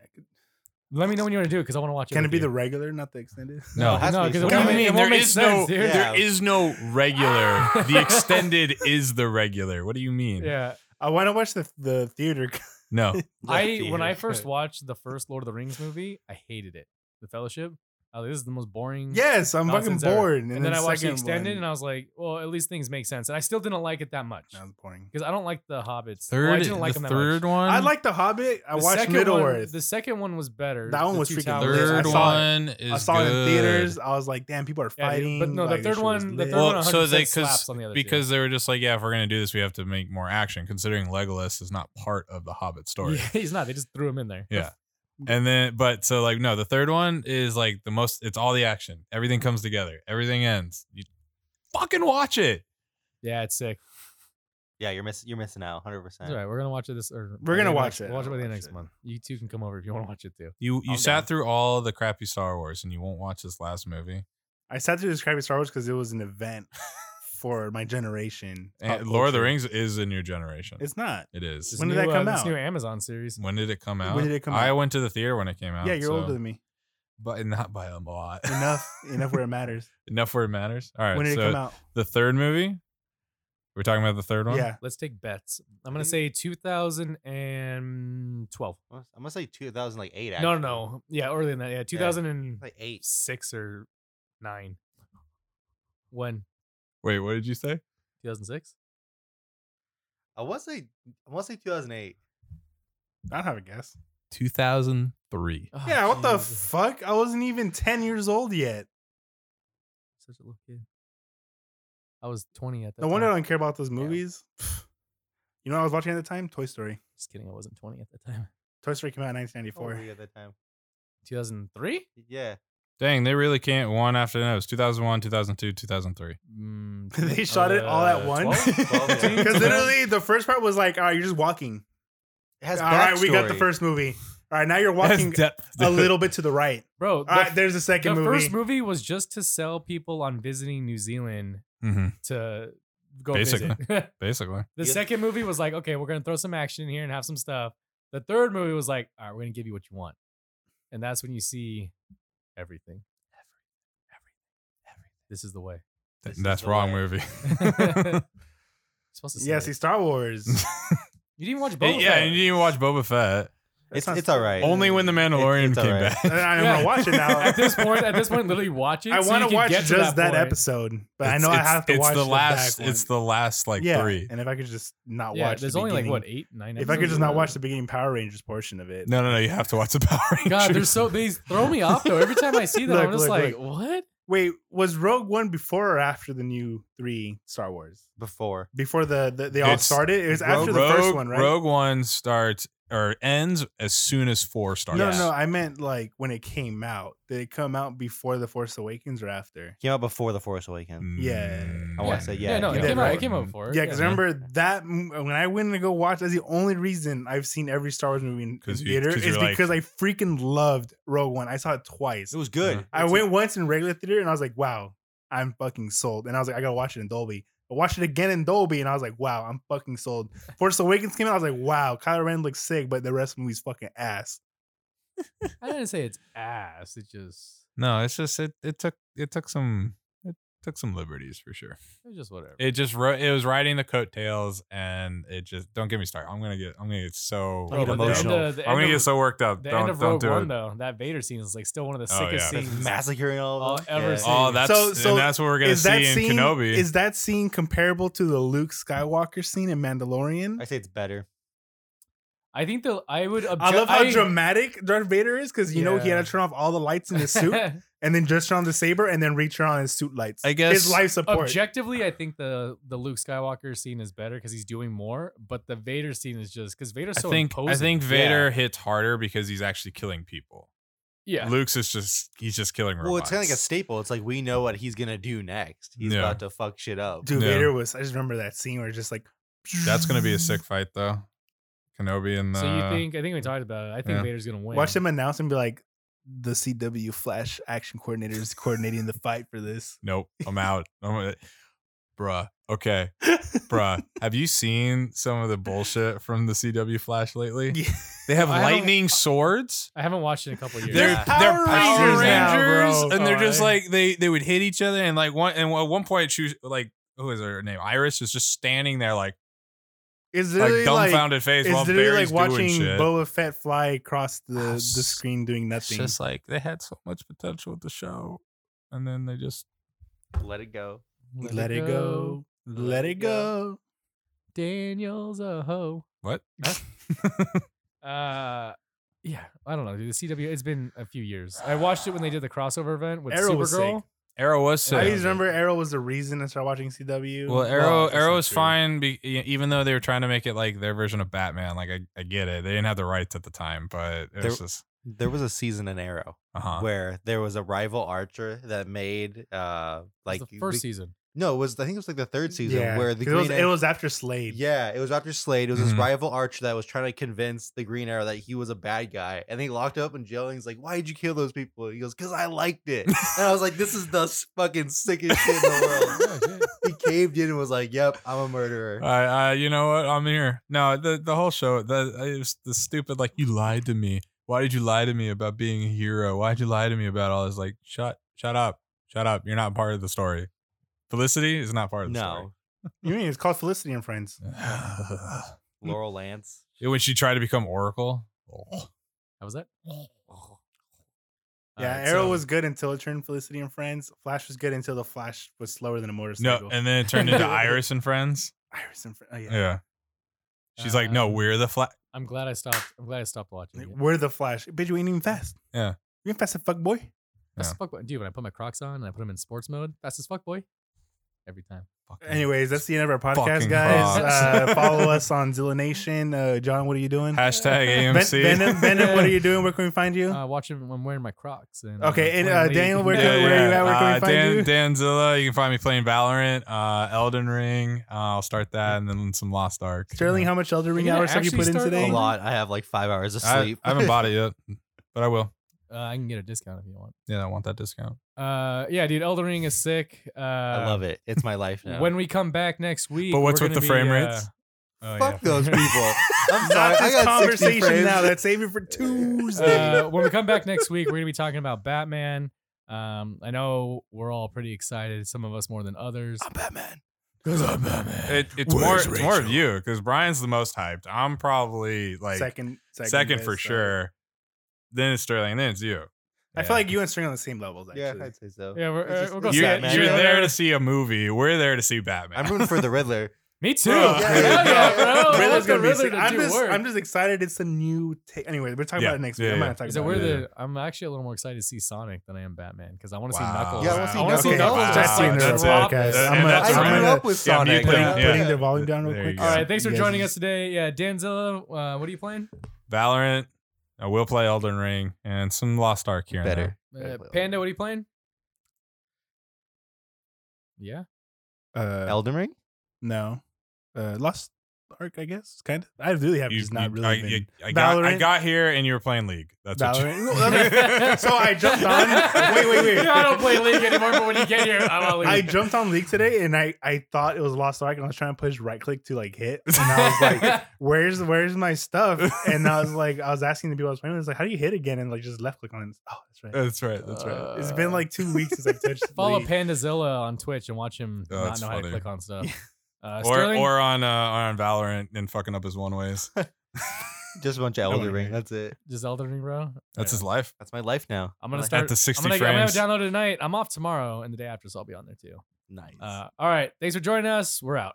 Let me know when you want to do it because I want to watch it.
Can it
with
be
you.
the regular, not the extended?
No.
it has to
No,
be some
'cause it
kind
What
of-
do
won't
you
make-
mean?
it won't
There
make
is no,
[LAUGHS] sense, dude.
there
Yeah.
is no regular.
[LAUGHS]
the extended is the regular. What do you mean?
Yeah.
[LAUGHS] I want to watch the the theater.
Mm.
cut. [LAUGHS]
No.
I when I first watched the first Lord of the Rings movie, I hated it. The Fellowship. I was like, this is the most boring.
yes, I'm fucking
Nonsense ever.
bored.
And, then I watched the
second
extended,
one-
and I was like, well, at least things make sense. And I still didn't like it that much
That was boring.
because I don't like the Hobbits. Well,
Third.
I didn't like them
the
that
third
much.
one.
I like The Hobbit. I
The
watched
second
Middle
one-
Earth.
The second one was better.
That one
The
was
Two
freaking
Towers.
lit. I
Third
saw it.
one is
I saw it in
good.
theaters. I was like, damn, people are
Yeah,
fighting.
dude, but no, the
like, this
third
shit was
one, the
lit.
third
Well,
one,
so
100%
they- 'cause-
slaps on the other two.
because they were just like, yeah, if we're gonna do this, we have to make more action. Considering Legolas is not part of the Hobbit story.
[LAUGHS] Yeah, he's not. They just threw him in there.
Yeah. And then, but so like, no, the third one is like the most, it's all the action. Everything comes together, everything ends. You fucking watch it.
Yeah, it's sick.
Yeah, you're missing. You're missing out. Hundred
It's
percent.
all right. We're gonna watch it this. Or
We're gonna
maybe
watch
next-
it.
We'll watch it by the
I'll
end of
watch
next
it.
month. You two can come over if you want to watch it too.
You,
Oh,
you
I'm
sat
down.
through all the crappy Star Wars and you won't watch this last movie.
I sat through this crappy Star Wars because it was
[LAUGHS]
an event for my generation.
And
Pop
Lord of the
culture.
Rings is in your generation.
Oh, It's not.
it is.
This
When did that
new,
come
uh, This
out?
new Amazon series.
When did it come
When
out?
did it come
I
out?
went to the theater when it came out.
yeah, you're
Oh, so-
older than me.
but not by a lot.
Enough, enough where it matters.
[LAUGHS] Enough where it matters. [LAUGHS] All right.
when did
so
it come out?
The third movie. We're talking about the third one.
Yeah,
Let's take bets. I'm gonna say 2012.
I'm gonna say 2008. Actually.
No, no, no. Yeah, earlier than that. Yeah, 2006
Like eight.
or nine. When
Wait, what did you say?
2006?
I want to say. I want to say 2008.
I don't have a guess.
2003.
Oh,
yeah, what the
Jesus.
fuck? I wasn't even ten years old yet.
Such a little kid. I was 20 at that.
No wonder I
time.
don't care about those movies.
[SIGHS]
You know, what I was watching at the time Toy Story.
Just kidding. I wasn't 20 at that time. [LAUGHS]
Toy Story came out in
How old
1994.
were you at that time?
2003?
Yeah.
Dang, they really can't one after another. It's 2001, 2002, 2003.
[LAUGHS]
[LAUGHS]
Mm,
they shot it all
Uh,
Uh,
at once. [LAUGHS]
12,
Because literally, the first part was like, all right, you're just walking.
It [LAUGHS] has
all right, we got the
backstory.
first movie. All right, now you're walking
depth,
a
dude. [LAUGHS]
little bit to the right.
bro. The,
All right, there's the
the
second movie.
first movie was just to sell people on visiting New Zealand
Mhm,
to go
Basically.
[LAUGHS] visit.
basically.
the
Yeah.
second movie was like, okay, we're gonna throw some action in here and have some stuff. The third movie was like, all right, we're gonna give you what you want, and that's when you see everything. Everything. Everything. Everything. This is the way.
Th-
This is
That's
the
wrong
way.
movie. [LAUGHS]
You're supposed to. Say
yeah,
it.
see Star
[LAUGHS]
Wars.
you
[LAUGHS]
didn't watch both.
yeah, and you didn't watch Boba Fett.
That
It's-
sounds-
it's all right.
Only when the Mandalorian
it's
came
alright.
back.
I'm gonna watch it now.
[LAUGHS] [LAUGHS] at this point, at this point, literally watch it.
I
so
want to
you can
watch
get
just
to
that,
point.
episode, [LAUGHS] but I
It's-
know I
it's-
have to
it's
watch
the last.
back one.
It's the last like
yeah,
three.
and if I could just not
Yeah,
watch,
there's
the
only like what
beginning-
eight, nine.
If I could
episodes?
just not watch
[LAUGHS]
the beginning Power Rangers portion of it,
No, no, no. You have to watch the [LAUGHS] Power Rangers.
God, they're so they throw me off though. Every time I see them,
Look,
I'm just
look,
like,
look.
what?
Wait, was Rogue One before or after the new three Star Wars?
before.
Before the, the they all
It's-
started, it was
Rogue-
after the first one, right?
Rogue One starts or ends as soon as four starts.
no, no, I meant like when it came out. Did it come out before the Force Awakens or after?
Came out before The Force
Mm.
Awakens.
Yeah.
I
yeah.
want to say yeah.
no,
you
it
did,
came out.
right?
It came out before.
Yeah, because remember that m- when I went to go watch, that's the only reason I've seen every Star Wars movie in, in
'Cause you-
theater
'cause
is
you're like-
because I freaking loved Rogue One. I saw it twice.
It was good.
Yeah.
I went once in regular theater and I was like, wow, I'm fucking sold. And I was like, I gotta watch it in Dolby. I watched it again in Dolby and I was like, wow, I'm
[LAUGHS]
fucking sold. Force Awakens came out. I was like, wow, Kylo Ren looks sick, but the rest of the movie's fucking ass.
I didn't say it's ass. It just
No, it's just it. It took it took some it took some liberties for sure.
it was just whatever.
It just ro- it was riding the coattails, and it just don't get me started. I'm gonna get I'm gonna get so
Bro,
but
worked
the
up.
emotional.
end of- the
I'm
end
gonna
of-
get so worked up.
The
Don't
end of
don't
Rogue
do
One
it.
though, that Vader scene is like still one of the
Oh,
sickest
yeah.
scenes.
Massacring all
I'll
of them.
ever see.
Oh, that's
So- so
and that's what we're gonna
Is
see
that
in
scene
Kenobi.
is that scene comparable to the Luke Skywalker scene in Mandalorian?
I say it's better.
I think the I would. Obje-
I love how
I-
dramatic Darth Vader is because you know he had
Yeah.
to turn off all the lights in his
[LAUGHS]
suit and then just turn on the saber and then return on his suit lights.
I guess-
his life support.
Objectively, I think the the Luke Skywalker scene is better because he's doing more, but the Vader scene is just because Vader's
I
so
think
imposing.
I think Vader hits harder because he's actually killing people.
yeah,
Luke's is just he's just killing robots.
Well, it's kind of like a staple. It's like we know what he's gonna do next. He's
Yeah.
about to fuck shit up.
Dude,
Yeah.
Vader was. I just remember that scene where it's just like
That's gonna be a sick fight though. Kenobi and the
So you think? I think we talked about it. I think
uh, yeah.
Vader's gonna win.
Watch them announce and be like, the CW Flash action coordinator is coordinating the fight for this.
Nope, I'm out. I'm- bruh. Okay,
[LAUGHS]
bruh. Have you seen some of the bullshit from the CW Flash lately?
Yeah.
They
[LAUGHS]
have
I haven't-
lightning swords.
I haven't watched it in a couple years.
They're
Yeah.
they're
Power
Power
Rangers now,
Rangers,
bro.
and they're just
Sorry.
like they they would hit each other and like one and at one point she was like who is her name Iris is just standing there like
It's
like
literally like,
dumbfounded face while
it's literally
Barry's
like
doing
watching
shit.
Boba Fett fly across the, the
It's just-
screen doing
It's
nothing.
just like they had so much potential with the show, and then they just
Let it go.
let, it go. Let it go.
Daniel's a hoe.
[LAUGHS]
what?
Uh, yeah, I don't know. Dude, the CW. It's been a few years. I watched it when they did the crossover event with
Arrow was
Supergirl.
sick.
Arrow was
I
sick.
just remember Arrow was the reason I started watching CW.
Oh,
Well, Arrow
that's
Arrow
not
is
true.
fine, be, e- even though they were trying to make it like their version of Batman. Like I, I get it, they didn't have the rights at the time, but it
There-
was just
There was a season in Arrow
uh
Uh-huh.
huh.
where there was a rival archer that made uh
Like
like
the first
the-
season.
No, it was I think it was like the third season
Yeah,
where the
'cause
Green
it was,
Arrow-
it was after Slade. Mm-hmm.
Yeah, it was after Slade. It was
Mhm.
this rival archer that was trying to convince the Green Arrow that he was a bad guy, and they locked him up in jail. And he's like, "Why did you kill those people?" He goes, "Cause I liked it." and I was like, "This is the s- fucking sickest shit in the world." he
[LAUGHS]
caved in and was like, "Yep, I'm a murderer."
I, I, you know what? I'm here. No, the the whole show, the it was the stupid like you lied to me. Why did you lie to me about being a hero? Why did you lie to me about all this? Like, shut, shut up, shut up. You're not part of the story. Felicity is not part of the
no,
You mean it's called Felicity and Friends?
story.
Laurel Lance.
Yeah, [SIGHS] when she tried to become Oracle. Oh.
[LAUGHS]
How was that?
yeah,
Alright,
Arrow
so-
was good until it turned Felicity and Friends. Flash was good until the Flash was slower than a
No,
motorcycle.
and then it turned
[LAUGHS]
into Iris and Friends.
Iris and Friends. Oh, yeah. Um,
Yeah. She's like, no,
Uh,
we're the flat.
I'm glad I stopped. I'm glad I stopped watching.
Like,
It.
We're the Flash. Bitch, you ain't even fast.
Yeah.
You ain't fast as fuck, boy.
That's fuck boy. Dude, when I put my Crocs on and I put them in sports mode, fast as fuck boy. Every time.
Fucking-
Anyways, that's the end of our podcast,
Fucking
guys.
rocks.
Uh, follow us on Zilla Nation. Uh, John, what are you doing?
[LAUGHS] hashtag
Ven-
AMC.
Venom, Venom, what are you doing? Where can we find you?
Uh, watching, I'm wearing my Crocs. And,
Okay, and,
playing
uh,
League.
Daniel, where
Yeah,
can- where are you
yeah.
at? Where can we
Uh,
find
Dan,
you?
Danzilla. You can find me playing Valorant, uh, Elden Ring. Uh, I'll start that, and then some Lost Ark.
Sterling, how much Elder Ring
You're gonna
hours have you
actually
put in
start
today?
A lot. I have like five hours of
I,
sleep.
I haven't bought it yet,
[LAUGHS]
but I will.
Uh, I can get a discount if you want.
Yeah, I want that discount.
Uh, yeah, dude, Elden Ring is sick.
[LAUGHS]
Uh,
I love it. It's my life now.
When we come back next week,
But what's
we're
with
gonna
the frame
be,
rates?
Uh, oh,
Fuck
yeah, [LAUGHS]
[LAUGHS] those
frame-
people. I'm sorry.
Not
I
this
got 60
conversation
frames.
now. That's saving for [LAUGHS] Tuesday.
uh, when we come back next week, we're gonna be talking about Batman. Um, I know we're all pretty excited. Some of us more than others.
I'm Batman.
It, it's
Where's
more. It's more of
Rachel?
you because Brian's the most hyped. I'm probably like second,
second, second,
for
best, uh,
sure. Then it's Sterling. Then it's you.
I feel like you and String are on the same levels. Actually,
Yeah, I'd
[LAUGHS]
say so.
Yeah, we're-
It's
uh,
just-
we'll go
it's
you're,
Batman.
you're
Yeah.
there to see a movie. We're there to see Batman.
I'm rooting for the [LAUGHS] Riddler.
Me too.
Bro,
Hell
dude,
yeah,
bro.
bro. I want
Riddler's
the
gonna be
Riddler
sick.
to
I'm
do
just,
work.
I'm just excited. It's a new take. Anyway, we're talking
Yeah.
about it next week.
Yeah,
I'm
yeah.
not talking
Is it
about
where
it.
the I'm actually a little more excited to see Sonic than I am Batman because I want to see
Wow.
Knuckles.
Yeah, I wanna see
I wanna see
Knuckles. Okay,
Knuckles. just, like,
that's the
drop
end of the
it.
podcast. I'm
And
gonna-
that's
I'm
right.
gonna-
with
Yeah, mute
Putting,
Yeah.
uh, putting their volume down real
There
quick.
you go.
All right, thanks for
You guys
joining us today. Yeah, Danzilla, uh, what are you playing?
Valorant. I will play Elden Ring and some Lost Ark here. and
Better.
there.
Uh,
Better play
Panda,
Elden
what are you playing? Yeah.
Uh,
Elden Ring?
no, uh, Lost Ark. I guess kind of. I really have
You-
just not
you-
really
I,
been.
you- I got, I
Valorant.
got here and you were playing League. That's what you, [LAUGHS]
Valorant. so I jumped on. Wait, wait, wait.
Yeah, I don't play League anymore, but when you get here, I'm on League.
I jumped on League today and I, I thought it was Lost Ark and I was trying to push right click to like hit and I was
[LAUGHS]
like, "Where's where's my stuff?" And I was like, I was asking the people I was playing. with, I was like, "How do you hit again?" And like just left click on it. Oh, that's right.
That's right. That's right.
it's been like two weeks since I touched.
Uh. follow
League.
Pandazilla on Twitch and watch him
Oh,
not
that's
know how to
funny.
click on stuff.
[LAUGHS]
Uh,
or
Sterling,
or on uh, on Valorant and fucking up his one ways.
Just a bunch of
Elden
Elden Ring.
Ring.
That's it.
just Elden Ring, bro.
That's
Yeah.
his life.
That's my life now.
I'm gonna
Like,
start
At the 60
I'm gonna, I'm gonna
frames.
have it downloaded tonight. I'm off tomorrow and the day after, so I'll be on there too.
Nice.
Uh, all right, thanks for joining us. We're out.